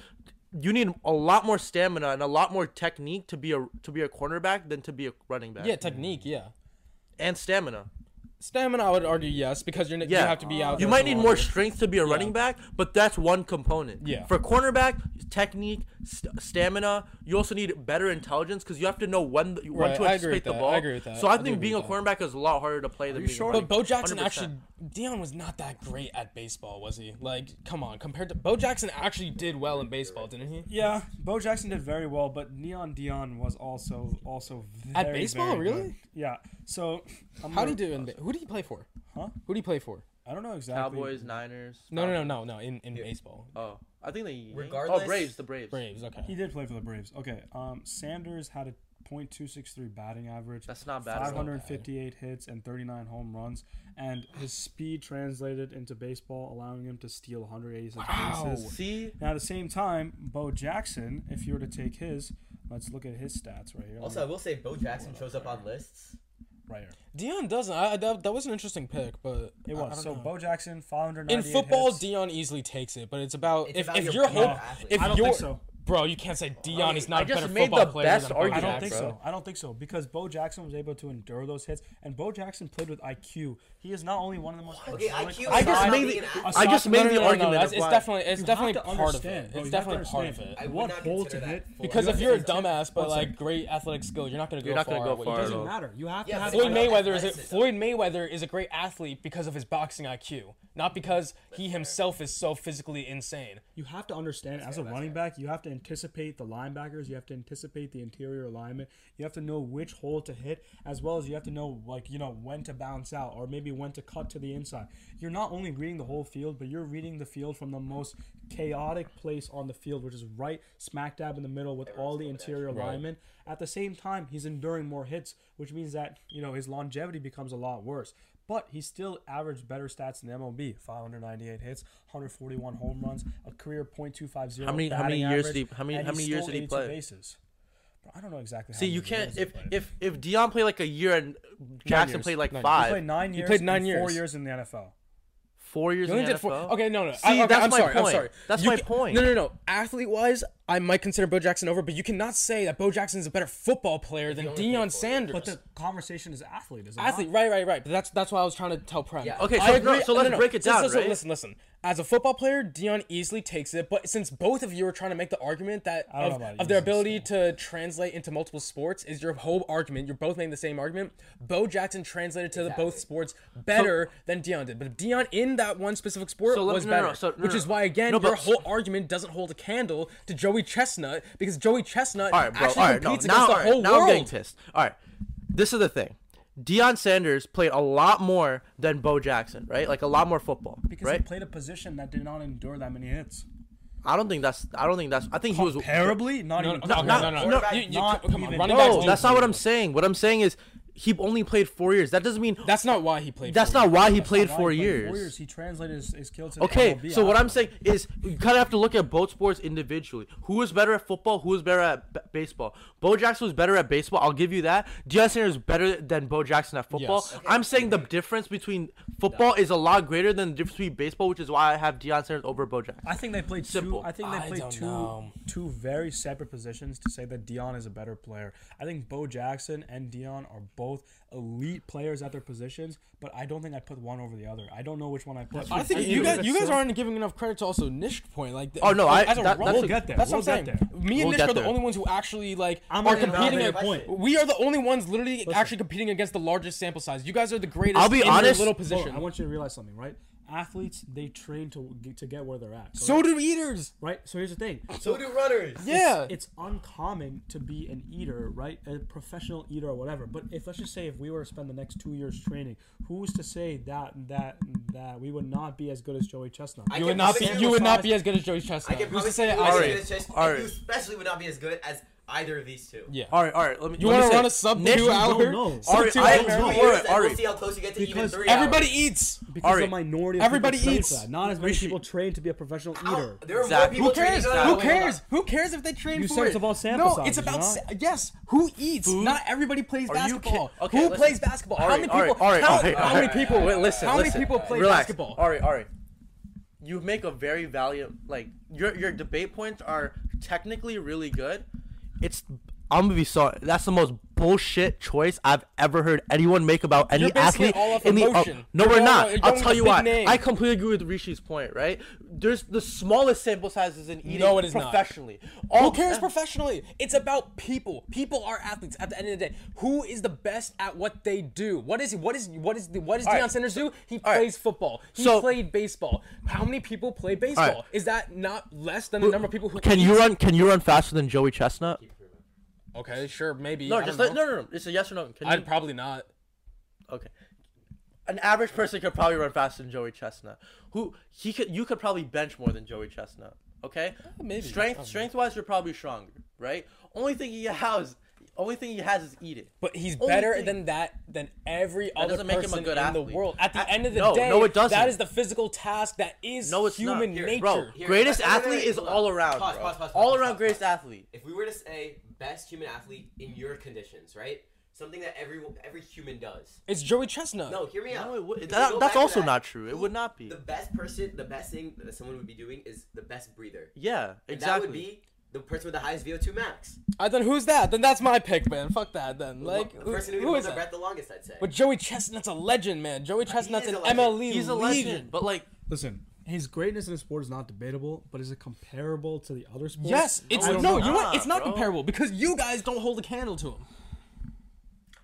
[SPEAKER 4] you need a lot more stamina and a lot more technique to be a to be a cornerback than to be a running back.
[SPEAKER 5] Yeah, technique. Yeah,
[SPEAKER 4] and stamina.
[SPEAKER 5] stamina. I would argue yes because you're
[SPEAKER 4] Yeah,
[SPEAKER 5] you have to be out.
[SPEAKER 4] You
[SPEAKER 5] there
[SPEAKER 4] might
[SPEAKER 5] for
[SPEAKER 4] need
[SPEAKER 5] longer.
[SPEAKER 4] more strength to be a running back, but that's one component.
[SPEAKER 5] Yeah.
[SPEAKER 4] For cornerback, technique, st- stamina. You also need better intelligence because you have to know when the, when
[SPEAKER 5] Right,
[SPEAKER 4] to
[SPEAKER 5] I agree with
[SPEAKER 4] anticipate the
[SPEAKER 5] that, I
[SPEAKER 4] ball.
[SPEAKER 5] agree with that,
[SPEAKER 4] So
[SPEAKER 5] I
[SPEAKER 4] I
[SPEAKER 5] do
[SPEAKER 4] think
[SPEAKER 5] agree
[SPEAKER 4] being a
[SPEAKER 5] with
[SPEAKER 4] cornerback is a lot harder to play than being
[SPEAKER 3] sure?
[SPEAKER 4] a
[SPEAKER 5] But
[SPEAKER 4] running.
[SPEAKER 5] Bo Jackson
[SPEAKER 4] 100%.
[SPEAKER 5] actually, Dion was not that great at baseball, was he? Like, come on, compared to Bo Jackson, actually did well in baseball, didn't he?
[SPEAKER 3] Yeah, Bo Jackson did very well, but Neon Dion was also also very,
[SPEAKER 5] At baseball,
[SPEAKER 3] very good.
[SPEAKER 5] really?
[SPEAKER 3] Yeah. So I'm
[SPEAKER 5] How do
[SPEAKER 3] gonna-
[SPEAKER 5] you do in? ba- Who do you play for?
[SPEAKER 3] Huh?
[SPEAKER 5] Who do you play for?
[SPEAKER 3] I don't know exactly.
[SPEAKER 4] Cowboys, Niners.
[SPEAKER 5] No, no, no, no, no. In in baseball,
[SPEAKER 4] Oh, I think they.
[SPEAKER 1] Regardless-
[SPEAKER 4] Oh, Braves. The Braves.
[SPEAKER 5] Braves.
[SPEAKER 3] He
[SPEAKER 5] Okay.
[SPEAKER 3] did play for the Braves. Okay. Um, Sanders had a .263 batting average.
[SPEAKER 4] That's not bad. at all.
[SPEAKER 3] 558 hits and 39 home runs, and his speed translated into baseball, allowing him to steal 186 bases.
[SPEAKER 4] See,
[SPEAKER 3] Now, at the same time, Bo Jackson, if you were to take his, let's look at his stats right here.
[SPEAKER 1] Also, I will say Bo Jackson shows up on lists.
[SPEAKER 3] right here.
[SPEAKER 5] Dion doesn't. I, I- that, that was an interesting pick, but
[SPEAKER 3] It
[SPEAKER 5] I- I
[SPEAKER 3] was.
[SPEAKER 5] don't
[SPEAKER 3] so,
[SPEAKER 5] know.
[SPEAKER 3] Bo Jackson, 598
[SPEAKER 5] in football,
[SPEAKER 3] hits.
[SPEAKER 5] Dion easily takes it, but it's about
[SPEAKER 1] It's
[SPEAKER 5] if,
[SPEAKER 1] about
[SPEAKER 5] if
[SPEAKER 1] your
[SPEAKER 5] your
[SPEAKER 1] better
[SPEAKER 5] hope
[SPEAKER 1] athlete.
[SPEAKER 5] if
[SPEAKER 3] I don't
[SPEAKER 5] your
[SPEAKER 3] think so.
[SPEAKER 5] bro, you can't say Dion is not
[SPEAKER 4] I
[SPEAKER 5] a
[SPEAKER 4] just
[SPEAKER 5] better
[SPEAKER 4] made
[SPEAKER 5] football
[SPEAKER 4] the
[SPEAKER 5] player
[SPEAKER 4] best
[SPEAKER 5] than Bo
[SPEAKER 4] argument,
[SPEAKER 3] I don't think
[SPEAKER 4] bro.
[SPEAKER 3] so. I don't think so because Bo Jackson was able to endure those hits, and Bo Jackson played with IQ. He is not only one of the most.
[SPEAKER 1] Okay,
[SPEAKER 3] athletic-
[SPEAKER 1] IQ is
[SPEAKER 4] I
[SPEAKER 1] not
[SPEAKER 4] just made
[SPEAKER 1] being
[SPEAKER 4] the,
[SPEAKER 1] an athlete.
[SPEAKER 4] I just
[SPEAKER 5] No,
[SPEAKER 4] made
[SPEAKER 5] no, no,
[SPEAKER 4] the
[SPEAKER 5] no, no,
[SPEAKER 4] argument.
[SPEAKER 5] that's-
[SPEAKER 4] of
[SPEAKER 5] it's
[SPEAKER 4] why.
[SPEAKER 5] definitely it's
[SPEAKER 3] You have
[SPEAKER 5] definitely
[SPEAKER 3] to
[SPEAKER 5] part of
[SPEAKER 3] understand,
[SPEAKER 5] it.
[SPEAKER 3] bro,
[SPEAKER 5] It's
[SPEAKER 3] you have to
[SPEAKER 5] definitely part of
[SPEAKER 3] understand.
[SPEAKER 5] it.
[SPEAKER 1] I would
[SPEAKER 3] What
[SPEAKER 1] not
[SPEAKER 3] hole
[SPEAKER 1] consider
[SPEAKER 3] to
[SPEAKER 1] that
[SPEAKER 3] hit?
[SPEAKER 1] full.
[SPEAKER 5] Because if
[SPEAKER 3] Yeah,
[SPEAKER 5] you're a
[SPEAKER 3] it's like-
[SPEAKER 5] dumbass but
[SPEAKER 3] it's like-
[SPEAKER 5] like great athletic skill, you're not gonna go
[SPEAKER 4] You're not gonna
[SPEAKER 5] far.
[SPEAKER 4] go
[SPEAKER 5] what you
[SPEAKER 4] far
[SPEAKER 5] do.
[SPEAKER 4] at all.
[SPEAKER 3] doesn't matter. You have
[SPEAKER 1] Yeah,
[SPEAKER 3] to have.
[SPEAKER 1] but
[SPEAKER 5] Floyd
[SPEAKER 1] It's about
[SPEAKER 5] Mayweather is a,
[SPEAKER 1] athleticism.
[SPEAKER 5] Floyd Mayweather is a great athlete because of his boxing IQ, not because he himself is so physically insane.
[SPEAKER 3] You have to understand as a running back, you have to anticipate the linebackers, you have to anticipate the interior alignment, you have to know which hole to hit, as well as you have to know like you know when to bounce out or maybe when to cut to the inside. You're not only reading the whole field, but you're reading the field from the most chaotic place on the field, which is right smack dab in the middle with all the interior alignment. At the same time, he's enduring more hits, which means that you know his longevity becomes a lot worse. But he still averaged better stats in the MLB: 598 hits, 141 home runs, a career .250.
[SPEAKER 4] How many- how many
[SPEAKER 3] batting
[SPEAKER 4] years
[SPEAKER 3] average,
[SPEAKER 4] did he- how many-
[SPEAKER 3] and
[SPEAKER 4] how many years
[SPEAKER 3] stole
[SPEAKER 4] did he
[SPEAKER 3] 82
[SPEAKER 4] play?
[SPEAKER 3] Bases. Bro, I don't know exactly.
[SPEAKER 4] See,
[SPEAKER 3] how
[SPEAKER 4] you
[SPEAKER 3] many
[SPEAKER 4] can't
[SPEAKER 3] years he
[SPEAKER 4] if
[SPEAKER 3] played.
[SPEAKER 4] if if Dion played like a year and Jackson
[SPEAKER 5] years.
[SPEAKER 4] played like
[SPEAKER 5] Nine years.
[SPEAKER 3] he
[SPEAKER 4] five,
[SPEAKER 3] played nine years.
[SPEAKER 5] played nine
[SPEAKER 3] and Four
[SPEAKER 5] years.
[SPEAKER 3] years in the NFL.
[SPEAKER 4] four years.
[SPEAKER 5] You only
[SPEAKER 4] in the
[SPEAKER 5] did four.
[SPEAKER 4] NFL?
[SPEAKER 5] Okay, no, no.
[SPEAKER 4] See,
[SPEAKER 5] I, okay,
[SPEAKER 4] that's
[SPEAKER 5] I'm
[SPEAKER 4] my
[SPEAKER 5] sorry.
[SPEAKER 4] point.
[SPEAKER 5] I'm sorry.
[SPEAKER 4] That's
[SPEAKER 5] You
[SPEAKER 4] my
[SPEAKER 5] ca-
[SPEAKER 4] point.
[SPEAKER 5] No, no, no. Athlete wise, I might consider Bo Jackson over, but you cannot say that Bo Jackson is a better football player than Deion Sanders.
[SPEAKER 3] But the conversation is athlete. Is it
[SPEAKER 5] athlete, right, right, right. But that's that's what I was trying to tell Prem.
[SPEAKER 1] Yeah.
[SPEAKER 4] Okay,
[SPEAKER 5] I
[SPEAKER 4] so
[SPEAKER 5] agree-
[SPEAKER 4] no, so let's break it
[SPEAKER 5] Listen,
[SPEAKER 4] down,
[SPEAKER 5] Listen,
[SPEAKER 4] right?
[SPEAKER 5] listen, listen. As a football player, Dion easily takes it. But since both of you are trying to make the argument that
[SPEAKER 3] don't know
[SPEAKER 5] of,
[SPEAKER 3] about
[SPEAKER 5] of their
[SPEAKER 3] easily,
[SPEAKER 5] ability to translate into multiple sports is your whole argument, you're both making the same argument. Bo Jackson translated to the both sports better than Dion did, but Dion in that one specific sport
[SPEAKER 4] So let-
[SPEAKER 5] was
[SPEAKER 4] no, no,
[SPEAKER 5] better,
[SPEAKER 4] no, so- no,
[SPEAKER 5] which
[SPEAKER 4] no.
[SPEAKER 5] is why again
[SPEAKER 4] No,
[SPEAKER 5] your
[SPEAKER 4] but-
[SPEAKER 5] whole argument doesn't hold a candle to Joey Chestnut because Joey Chestnut
[SPEAKER 4] All right, bro.
[SPEAKER 5] actually
[SPEAKER 4] All right, no,
[SPEAKER 5] competes
[SPEAKER 4] now,
[SPEAKER 5] against
[SPEAKER 4] all
[SPEAKER 5] the
[SPEAKER 4] right,
[SPEAKER 5] whole
[SPEAKER 4] now I'm getting
[SPEAKER 5] world.
[SPEAKER 4] pissed. All right, this is the thing. Deion Sanders played a lot more than Bo Jackson, right? Like a lot more football,
[SPEAKER 3] because
[SPEAKER 4] right?
[SPEAKER 3] he played a position that did not endure that many hits.
[SPEAKER 4] I don't think that's. I don't think that's. I think he was.
[SPEAKER 3] Terribly, not
[SPEAKER 5] No,
[SPEAKER 3] even.
[SPEAKER 5] no, no, no, no, no.
[SPEAKER 1] Quarterback
[SPEAKER 5] You- you-
[SPEAKER 3] not
[SPEAKER 5] come on,
[SPEAKER 3] even-
[SPEAKER 5] running backs
[SPEAKER 4] No,
[SPEAKER 5] do
[SPEAKER 4] that's not what I'm saying. What I'm saying is he only played four years. That doesn't mean
[SPEAKER 5] That's not why he played.
[SPEAKER 4] that's
[SPEAKER 5] for you.
[SPEAKER 4] not why he
[SPEAKER 3] Why
[SPEAKER 4] played
[SPEAKER 3] he
[SPEAKER 4] four
[SPEAKER 3] played
[SPEAKER 4] years.
[SPEAKER 3] Four years. He translated his, his skill to the
[SPEAKER 4] Okay,
[SPEAKER 3] MLB
[SPEAKER 4] so what I'm
[SPEAKER 3] after.
[SPEAKER 4] saying is you kind of have to look at both sports individually. Who was better at football? Who was better at b- baseball? Bo Jackson was better at baseball. I'll give you that. Deion Sanders is better than Bo Jackson at football.
[SPEAKER 5] Yes.
[SPEAKER 4] I'm saying the difference between football is a lot greater than the difference between baseball, which is why I have Deion Sanders over Bo Jackson.
[SPEAKER 3] I think they played
[SPEAKER 4] Simple.
[SPEAKER 3] two. I think they
[SPEAKER 5] I
[SPEAKER 3] played
[SPEAKER 5] don't
[SPEAKER 3] two
[SPEAKER 5] know.
[SPEAKER 3] two very separate positions to say that Dion is a better player. I think Bo Jackson and Dion are both elite players at their positions, but I don't think I put one over the other. I don't know which one I put.
[SPEAKER 5] I think
[SPEAKER 3] Either
[SPEAKER 5] you
[SPEAKER 3] of
[SPEAKER 5] guys,
[SPEAKER 3] it's
[SPEAKER 5] you guys
[SPEAKER 3] so-
[SPEAKER 5] aren't giving enough credit to also Nish point. Like,
[SPEAKER 4] Oh, no, I-
[SPEAKER 5] as a
[SPEAKER 4] that-
[SPEAKER 5] runner-
[SPEAKER 4] We'll
[SPEAKER 3] get there.
[SPEAKER 5] That's what
[SPEAKER 3] We'll
[SPEAKER 5] I'm
[SPEAKER 3] get
[SPEAKER 5] saying. Me and
[SPEAKER 4] We'll
[SPEAKER 5] Nish are
[SPEAKER 4] get
[SPEAKER 5] the
[SPEAKER 4] there.
[SPEAKER 5] only ones who actually like
[SPEAKER 3] I'm
[SPEAKER 5] are
[SPEAKER 3] not even
[SPEAKER 5] competing.
[SPEAKER 1] valid
[SPEAKER 5] ag-
[SPEAKER 1] question.
[SPEAKER 5] We are the only ones literally actually competing against the largest sample size. You guys are the greatest.
[SPEAKER 4] I'll be
[SPEAKER 5] in your
[SPEAKER 4] honest-
[SPEAKER 5] little
[SPEAKER 3] Bro,
[SPEAKER 5] position.
[SPEAKER 3] I want you to realize something, right? Athletes, they train to get, to get where they're at. So,
[SPEAKER 5] so do eaters.
[SPEAKER 3] right. So here's the thing.
[SPEAKER 1] So do runners.
[SPEAKER 5] Yeah.
[SPEAKER 3] it's uncommon to be an eater, right? A professional eater or whatever. But if let's just say if we were to spend the next two years training, who's to say that that that we would not be as good as Joey Chestnut?
[SPEAKER 1] I
[SPEAKER 5] you
[SPEAKER 1] can
[SPEAKER 5] would not be.
[SPEAKER 1] promise
[SPEAKER 5] You would not
[SPEAKER 3] size-
[SPEAKER 5] be as good as Joey Chestnut.
[SPEAKER 1] I can
[SPEAKER 5] Who's to
[SPEAKER 1] promise
[SPEAKER 5] say
[SPEAKER 1] you,
[SPEAKER 5] I
[SPEAKER 1] Alright,
[SPEAKER 5] am?
[SPEAKER 4] say-
[SPEAKER 1] just-
[SPEAKER 4] alright.
[SPEAKER 1] you especially would not be as good as either of these two.
[SPEAKER 5] Yeah.
[SPEAKER 4] All right, all right. Let me.
[SPEAKER 5] You
[SPEAKER 4] let me
[SPEAKER 5] want to
[SPEAKER 4] say-
[SPEAKER 5] run a sub
[SPEAKER 4] Nish,
[SPEAKER 5] two
[SPEAKER 3] know.
[SPEAKER 5] hour?
[SPEAKER 4] All
[SPEAKER 5] Sub
[SPEAKER 4] right,
[SPEAKER 5] two
[SPEAKER 4] I-
[SPEAKER 1] Two
[SPEAKER 4] All
[SPEAKER 5] hour?
[SPEAKER 4] right,
[SPEAKER 1] years, and
[SPEAKER 4] all
[SPEAKER 1] we'll
[SPEAKER 4] right.
[SPEAKER 1] see how close you get to even
[SPEAKER 3] Because
[SPEAKER 1] three.
[SPEAKER 5] Everybody eats.
[SPEAKER 3] because the
[SPEAKER 4] Alright.
[SPEAKER 3] minority of
[SPEAKER 5] Everybody
[SPEAKER 3] people train
[SPEAKER 5] eats.
[SPEAKER 3] for that. Not as many
[SPEAKER 4] Rishi-
[SPEAKER 3] people train to be a professional
[SPEAKER 1] Ow,
[SPEAKER 3] eater.
[SPEAKER 1] There are
[SPEAKER 4] Exactly.
[SPEAKER 1] more people
[SPEAKER 5] Who cares?
[SPEAKER 1] training than I
[SPEAKER 5] Who
[SPEAKER 1] know.
[SPEAKER 5] cares? Who cares if they train
[SPEAKER 3] You
[SPEAKER 5] for
[SPEAKER 3] said
[SPEAKER 5] it?
[SPEAKER 3] it's about sample
[SPEAKER 5] no,
[SPEAKER 3] size,
[SPEAKER 5] it's
[SPEAKER 3] you
[SPEAKER 5] about
[SPEAKER 3] know?
[SPEAKER 5] sa- yes. Who eats? Not everybody plays
[SPEAKER 4] Are you
[SPEAKER 5] basketball.
[SPEAKER 4] kid- okay,
[SPEAKER 5] who
[SPEAKER 4] listen.
[SPEAKER 5] plays basketball?
[SPEAKER 4] All
[SPEAKER 5] how
[SPEAKER 4] right,
[SPEAKER 5] many people?
[SPEAKER 4] all right, all right,
[SPEAKER 5] how,
[SPEAKER 4] all right,
[SPEAKER 5] how
[SPEAKER 4] all
[SPEAKER 5] many
[SPEAKER 4] right,
[SPEAKER 5] people?
[SPEAKER 4] all right, all right, listen,
[SPEAKER 5] how many
[SPEAKER 4] listen.
[SPEAKER 5] people play
[SPEAKER 4] Relax.
[SPEAKER 5] basketball?
[SPEAKER 4] All right, all right. you make a very valiant like your your debate points are technically really good. It's I'm gonna be sorry. That's the most bullshit choice I've ever heard anyone make about any
[SPEAKER 5] You're basing it
[SPEAKER 4] athlete
[SPEAKER 5] all off
[SPEAKER 4] in the. uh,
[SPEAKER 5] emotion.
[SPEAKER 4] no,
[SPEAKER 5] You're
[SPEAKER 4] we're
[SPEAKER 5] going-
[SPEAKER 4] not.
[SPEAKER 5] you're
[SPEAKER 4] I'll
[SPEAKER 5] going
[SPEAKER 4] tell
[SPEAKER 5] with
[SPEAKER 4] you
[SPEAKER 5] big
[SPEAKER 4] why.
[SPEAKER 5] name.
[SPEAKER 4] I completely agree with Rishi's point. Right? There's the smallest sample sizes in eating
[SPEAKER 5] No, it is not.
[SPEAKER 4] professionally.
[SPEAKER 5] Who cares professionally? It's about people. People are athletes at the end of the day. Who is the best at what they do? What is what is what is what does Deion
[SPEAKER 4] right.
[SPEAKER 5] Sanders do? He
[SPEAKER 4] right.
[SPEAKER 5] plays football. He
[SPEAKER 4] So-
[SPEAKER 5] played baseball. How many people play baseball?
[SPEAKER 4] right.
[SPEAKER 5] Is that not less than the number of people who
[SPEAKER 4] Can you run? Can you run faster than Joey Chestnut?
[SPEAKER 5] Okay, sure, maybe.
[SPEAKER 4] No,
[SPEAKER 5] I
[SPEAKER 4] just
[SPEAKER 5] don't
[SPEAKER 4] like,
[SPEAKER 5] know.
[SPEAKER 4] no, no, no. It's a yes or no. Can you,
[SPEAKER 5] I'd probably not.
[SPEAKER 4] Okay. An average person could probably run faster than Joey Chestnut. Who he could you could probably bench more than Joey Chestnut. Okay?
[SPEAKER 5] maybe.
[SPEAKER 4] Strength strength wise you're probably stronger, right? Only thing he has only thing he has is eat it.
[SPEAKER 5] But he's
[SPEAKER 4] Only
[SPEAKER 5] better
[SPEAKER 4] thing-
[SPEAKER 5] than that than every other
[SPEAKER 4] doesn't make him a
[SPEAKER 5] person
[SPEAKER 4] good
[SPEAKER 5] in the
[SPEAKER 4] athlete.
[SPEAKER 5] world. At the
[SPEAKER 4] I-
[SPEAKER 5] end of the
[SPEAKER 4] no,
[SPEAKER 5] day,
[SPEAKER 4] no, it doesn't.
[SPEAKER 5] that is the physical task that is
[SPEAKER 4] No, it's not.
[SPEAKER 5] human
[SPEAKER 4] Here,
[SPEAKER 5] nature.
[SPEAKER 4] Bro,
[SPEAKER 1] Here, let's-
[SPEAKER 4] greatest
[SPEAKER 1] wait, wait,
[SPEAKER 4] athlete
[SPEAKER 1] wait,
[SPEAKER 4] is
[SPEAKER 1] hold
[SPEAKER 4] all
[SPEAKER 1] on.
[SPEAKER 4] around.
[SPEAKER 1] Pause,
[SPEAKER 4] bro.
[SPEAKER 1] pause, pause,
[SPEAKER 4] all
[SPEAKER 1] pause,
[SPEAKER 4] around
[SPEAKER 1] pause,
[SPEAKER 4] greatest
[SPEAKER 1] pause.
[SPEAKER 4] athlete.
[SPEAKER 1] If we were to say best human athlete in your conditions, right? Something that every every human does.
[SPEAKER 5] It's Joey Chestnut.
[SPEAKER 1] No, hear me out.
[SPEAKER 4] No, it would-
[SPEAKER 1] If we
[SPEAKER 4] that-
[SPEAKER 1] go back
[SPEAKER 4] that's
[SPEAKER 1] to
[SPEAKER 4] also not true. It
[SPEAKER 1] who-
[SPEAKER 4] would not be.
[SPEAKER 1] The best person, the best thing that someone would be doing is the best breather.
[SPEAKER 4] Yeah,
[SPEAKER 1] And
[SPEAKER 4] exactly.
[SPEAKER 1] That would be the person with the highest VO2 max.
[SPEAKER 5] I, then who's that? Then that's my pick, man. Fuck that. Then like,
[SPEAKER 1] the
[SPEAKER 5] who,
[SPEAKER 1] person who,
[SPEAKER 5] who
[SPEAKER 1] can hold
[SPEAKER 5] is that?
[SPEAKER 1] their breath the longest, I'd say.
[SPEAKER 5] But Joey Chestnut's a legend, man. Joey Chestnut's
[SPEAKER 1] is
[SPEAKER 5] an
[SPEAKER 1] a legend.
[SPEAKER 5] MLE
[SPEAKER 4] He's a
[SPEAKER 5] legend.
[SPEAKER 4] legend, but like
[SPEAKER 3] Listen, his greatness in sport is not debatable, but is it comparable to the other sports?
[SPEAKER 5] Yes, it's
[SPEAKER 3] I
[SPEAKER 5] no,
[SPEAKER 3] don't
[SPEAKER 5] you
[SPEAKER 3] know.
[SPEAKER 5] know what? It's not
[SPEAKER 4] Nah, bro.
[SPEAKER 5] comparable because you guys don't hold a candle to him.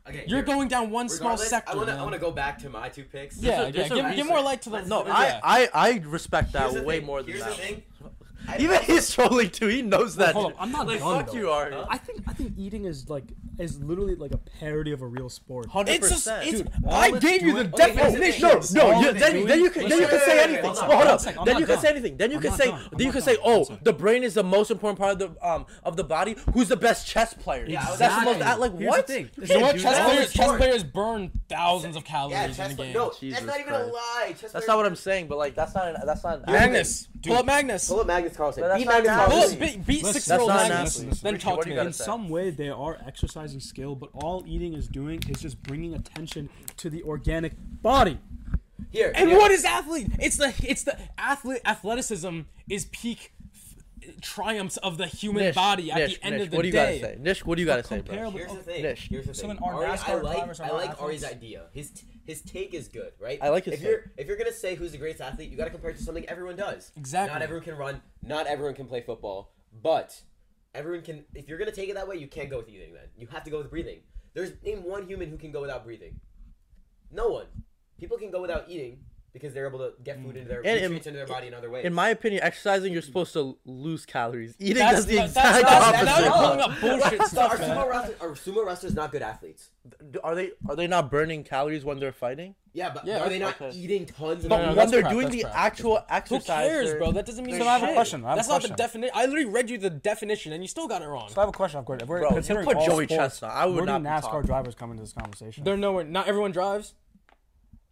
[SPEAKER 1] okay,
[SPEAKER 5] You're
[SPEAKER 1] here.
[SPEAKER 5] going down one small
[SPEAKER 1] Regardless,
[SPEAKER 5] sector.
[SPEAKER 1] I wanna
[SPEAKER 5] man.
[SPEAKER 1] I wanna go back to my two picks.
[SPEAKER 5] yeah,
[SPEAKER 4] There's a-
[SPEAKER 5] yeah.
[SPEAKER 4] there's a
[SPEAKER 5] Give,
[SPEAKER 4] reason.
[SPEAKER 5] give more light to the
[SPEAKER 1] Let's-
[SPEAKER 4] no,
[SPEAKER 1] Yeah.
[SPEAKER 4] I, I I respect that
[SPEAKER 1] Here's the
[SPEAKER 4] way
[SPEAKER 1] thing,
[SPEAKER 4] more than
[SPEAKER 1] here's
[SPEAKER 4] that.
[SPEAKER 1] the thing. I-
[SPEAKER 4] Even he's trolling too. He knows that.
[SPEAKER 3] hold
[SPEAKER 4] dude.
[SPEAKER 3] up, I'm not
[SPEAKER 4] like
[SPEAKER 3] done,
[SPEAKER 4] fuck
[SPEAKER 3] though.
[SPEAKER 4] you are.
[SPEAKER 3] I think I think eating is like is literally like a parody of a real sport.
[SPEAKER 5] It's just.
[SPEAKER 4] 100%.
[SPEAKER 5] It's.
[SPEAKER 4] Dude,
[SPEAKER 5] I
[SPEAKER 4] all it's
[SPEAKER 5] gave you Oh, the
[SPEAKER 4] doing-
[SPEAKER 1] Okay, here's the
[SPEAKER 5] definition.
[SPEAKER 1] thing.
[SPEAKER 4] No, no,
[SPEAKER 3] all
[SPEAKER 4] you,
[SPEAKER 3] they're
[SPEAKER 4] then,
[SPEAKER 3] doing-
[SPEAKER 4] then you can then you can say
[SPEAKER 1] Wait,
[SPEAKER 4] anything.
[SPEAKER 1] wait, wait,
[SPEAKER 4] Well, hold
[SPEAKER 3] I'm
[SPEAKER 4] up.
[SPEAKER 3] not
[SPEAKER 4] Then you can
[SPEAKER 3] done.
[SPEAKER 4] say anything. Then you
[SPEAKER 3] I'm
[SPEAKER 4] can
[SPEAKER 3] not
[SPEAKER 4] say
[SPEAKER 3] done. I'm
[SPEAKER 4] then you
[SPEAKER 3] not
[SPEAKER 4] can
[SPEAKER 3] done.
[SPEAKER 4] say oh
[SPEAKER 3] I'm sorry.
[SPEAKER 4] the brain is the most important part of the um of the body. Who's the best chess player?
[SPEAKER 1] Exactly.
[SPEAKER 4] That's the most at- like
[SPEAKER 3] Here's the
[SPEAKER 4] what?
[SPEAKER 3] thing. You
[SPEAKER 4] can't
[SPEAKER 5] You know what?
[SPEAKER 4] do
[SPEAKER 5] Chess
[SPEAKER 4] that.
[SPEAKER 5] players, chess
[SPEAKER 1] Sport.
[SPEAKER 5] players burn thousands of
[SPEAKER 1] Yeah,
[SPEAKER 5] calories in a
[SPEAKER 1] chess
[SPEAKER 5] game.
[SPEAKER 1] player. No,
[SPEAKER 4] Jesus
[SPEAKER 1] that's not even a
[SPEAKER 4] Christ.
[SPEAKER 1] lie. Chess
[SPEAKER 4] That's
[SPEAKER 1] player-
[SPEAKER 4] not what I'm saying. But like that's not an, that's not. An
[SPEAKER 5] Magnus, pull up Magnus.
[SPEAKER 1] Pull up Magnus Carlson.
[SPEAKER 4] But that's
[SPEAKER 1] Beat
[SPEAKER 4] not
[SPEAKER 1] Magnus
[SPEAKER 4] an
[SPEAKER 5] Pull
[SPEAKER 1] Carlson.
[SPEAKER 5] up, beat, beat
[SPEAKER 3] Listen,
[SPEAKER 5] six year old
[SPEAKER 4] that's not an
[SPEAKER 5] Magnus.
[SPEAKER 3] athlete.
[SPEAKER 5] Then
[SPEAKER 4] Richie,
[SPEAKER 5] talk
[SPEAKER 4] what
[SPEAKER 5] to
[SPEAKER 4] do
[SPEAKER 5] me.
[SPEAKER 4] you gotta
[SPEAKER 3] in
[SPEAKER 4] say?
[SPEAKER 3] some way they are exercising skill, but all eating is doing is just bringing attention to the organic body.
[SPEAKER 1] Here.
[SPEAKER 5] And
[SPEAKER 1] here.
[SPEAKER 5] what is athlete? It's the it's the athlete athleticism is peak f- triumphs of the human
[SPEAKER 4] Nish,
[SPEAKER 5] body at
[SPEAKER 4] Nish,
[SPEAKER 5] the end
[SPEAKER 4] Nish,
[SPEAKER 5] of the
[SPEAKER 4] what do you
[SPEAKER 5] day.
[SPEAKER 4] gotta say? Nish, what do you gotta say, bro?
[SPEAKER 3] Comparable.
[SPEAKER 1] Here's the
[SPEAKER 3] Okay.
[SPEAKER 1] thing.
[SPEAKER 4] Nish.
[SPEAKER 1] Here's the
[SPEAKER 2] So
[SPEAKER 1] thing.
[SPEAKER 2] an Arnold
[SPEAKER 1] Ari, I
[SPEAKER 2] Astor
[SPEAKER 1] like,
[SPEAKER 2] drivers are
[SPEAKER 1] I
[SPEAKER 2] not
[SPEAKER 1] like
[SPEAKER 2] athletes?
[SPEAKER 1] Ari's idea. His t- his take is good, right?
[SPEAKER 4] I like his
[SPEAKER 1] If you're if you're gonna say who's the greatest athlete, you gotta compare it to something everyone does.
[SPEAKER 5] Exactly.
[SPEAKER 1] Not everyone can run. Not everyone can play football. But everyone can. If you're gonna take it that way, you can't go with eating. Then you have to go with breathing. There's name one human who can go without breathing. No one. People can go without eating because they're able to get food into their
[SPEAKER 4] Mm. in-
[SPEAKER 1] nutrients into their body in other ways.
[SPEAKER 4] In my opinion, exercising you're supposed to lose calories. Eating
[SPEAKER 5] That's
[SPEAKER 4] does the
[SPEAKER 5] not-
[SPEAKER 4] exact
[SPEAKER 5] that's not-
[SPEAKER 4] opposite.
[SPEAKER 5] that's not-
[SPEAKER 4] bro.
[SPEAKER 5] pulling up bullshit
[SPEAKER 1] So
[SPEAKER 5] stuff,
[SPEAKER 1] are
[SPEAKER 5] man.
[SPEAKER 1] sumo wrestlers are sumo wrestlers not good athletes?
[SPEAKER 4] Are they are they not burning calories when they're fighting?
[SPEAKER 1] Yeah, but
[SPEAKER 5] Yeah,
[SPEAKER 1] are they not
[SPEAKER 4] okay.
[SPEAKER 1] eating tons? of
[SPEAKER 5] But
[SPEAKER 1] food?
[SPEAKER 5] No,
[SPEAKER 4] when
[SPEAKER 5] that's
[SPEAKER 4] they're
[SPEAKER 5] crap,
[SPEAKER 4] doing
[SPEAKER 5] that's
[SPEAKER 4] the
[SPEAKER 5] crap, that's
[SPEAKER 4] actual
[SPEAKER 5] Who
[SPEAKER 4] exercise.
[SPEAKER 5] cares,
[SPEAKER 4] they're-
[SPEAKER 5] bro? That doesn't mean
[SPEAKER 4] they're
[SPEAKER 5] shit.
[SPEAKER 3] I have a question, I have a
[SPEAKER 5] That's not the
[SPEAKER 3] question.
[SPEAKER 5] definition. I literally read you the definition and you still got it wrong.
[SPEAKER 3] So I have a question. Of course, if we're
[SPEAKER 4] Bro, you
[SPEAKER 3] considering
[SPEAKER 4] put
[SPEAKER 3] all
[SPEAKER 4] Joey
[SPEAKER 3] sports,
[SPEAKER 4] Chestnut, I would
[SPEAKER 3] where do
[SPEAKER 4] not be
[SPEAKER 3] NASCAR
[SPEAKER 4] talking.
[SPEAKER 3] drivers come into this conversation?
[SPEAKER 5] They're nowhere. Not everyone drives.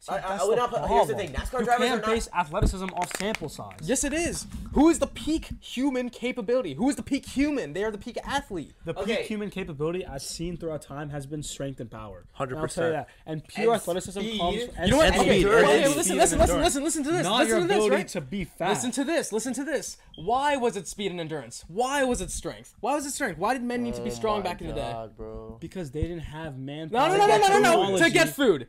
[SPEAKER 1] I, I,
[SPEAKER 3] That's
[SPEAKER 1] I would
[SPEAKER 3] the
[SPEAKER 1] not. Put, here's the
[SPEAKER 3] problem.
[SPEAKER 1] thing: NASCAR
[SPEAKER 3] you
[SPEAKER 1] drivers are
[SPEAKER 3] can't
[SPEAKER 1] not.
[SPEAKER 3] base athleticism off sample size.
[SPEAKER 5] Yes, it is. Who is the peak human capability? Who is the peak human? They are the peak athlete.
[SPEAKER 3] The peak
[SPEAKER 1] Okay.
[SPEAKER 3] human capability, as seen throughout time, has been strength and power.
[SPEAKER 4] 100%.
[SPEAKER 3] I'll tell you that. And pure
[SPEAKER 1] And
[SPEAKER 3] athleticism
[SPEAKER 1] speed.
[SPEAKER 3] comes.
[SPEAKER 1] You
[SPEAKER 3] and
[SPEAKER 5] You know what?
[SPEAKER 4] And
[SPEAKER 5] Okay,
[SPEAKER 4] speed,
[SPEAKER 5] okay,
[SPEAKER 4] and
[SPEAKER 5] okay,
[SPEAKER 4] speed
[SPEAKER 5] listen,
[SPEAKER 3] and
[SPEAKER 5] listen, listen,
[SPEAKER 3] endurance.
[SPEAKER 5] listen, listen to this.
[SPEAKER 3] Not
[SPEAKER 5] listen
[SPEAKER 3] your
[SPEAKER 5] to this,
[SPEAKER 3] ability
[SPEAKER 5] right?
[SPEAKER 3] to be fast.
[SPEAKER 5] Listen to this. Listen to this. Why was it speed and endurance? Why was it strength? Why was it strength? Why did men need to be strong back in the day?
[SPEAKER 4] God, bro.
[SPEAKER 3] Because they didn't have manpower.
[SPEAKER 5] No, no, no, no, no, no, no. To
[SPEAKER 3] technology.
[SPEAKER 5] get food.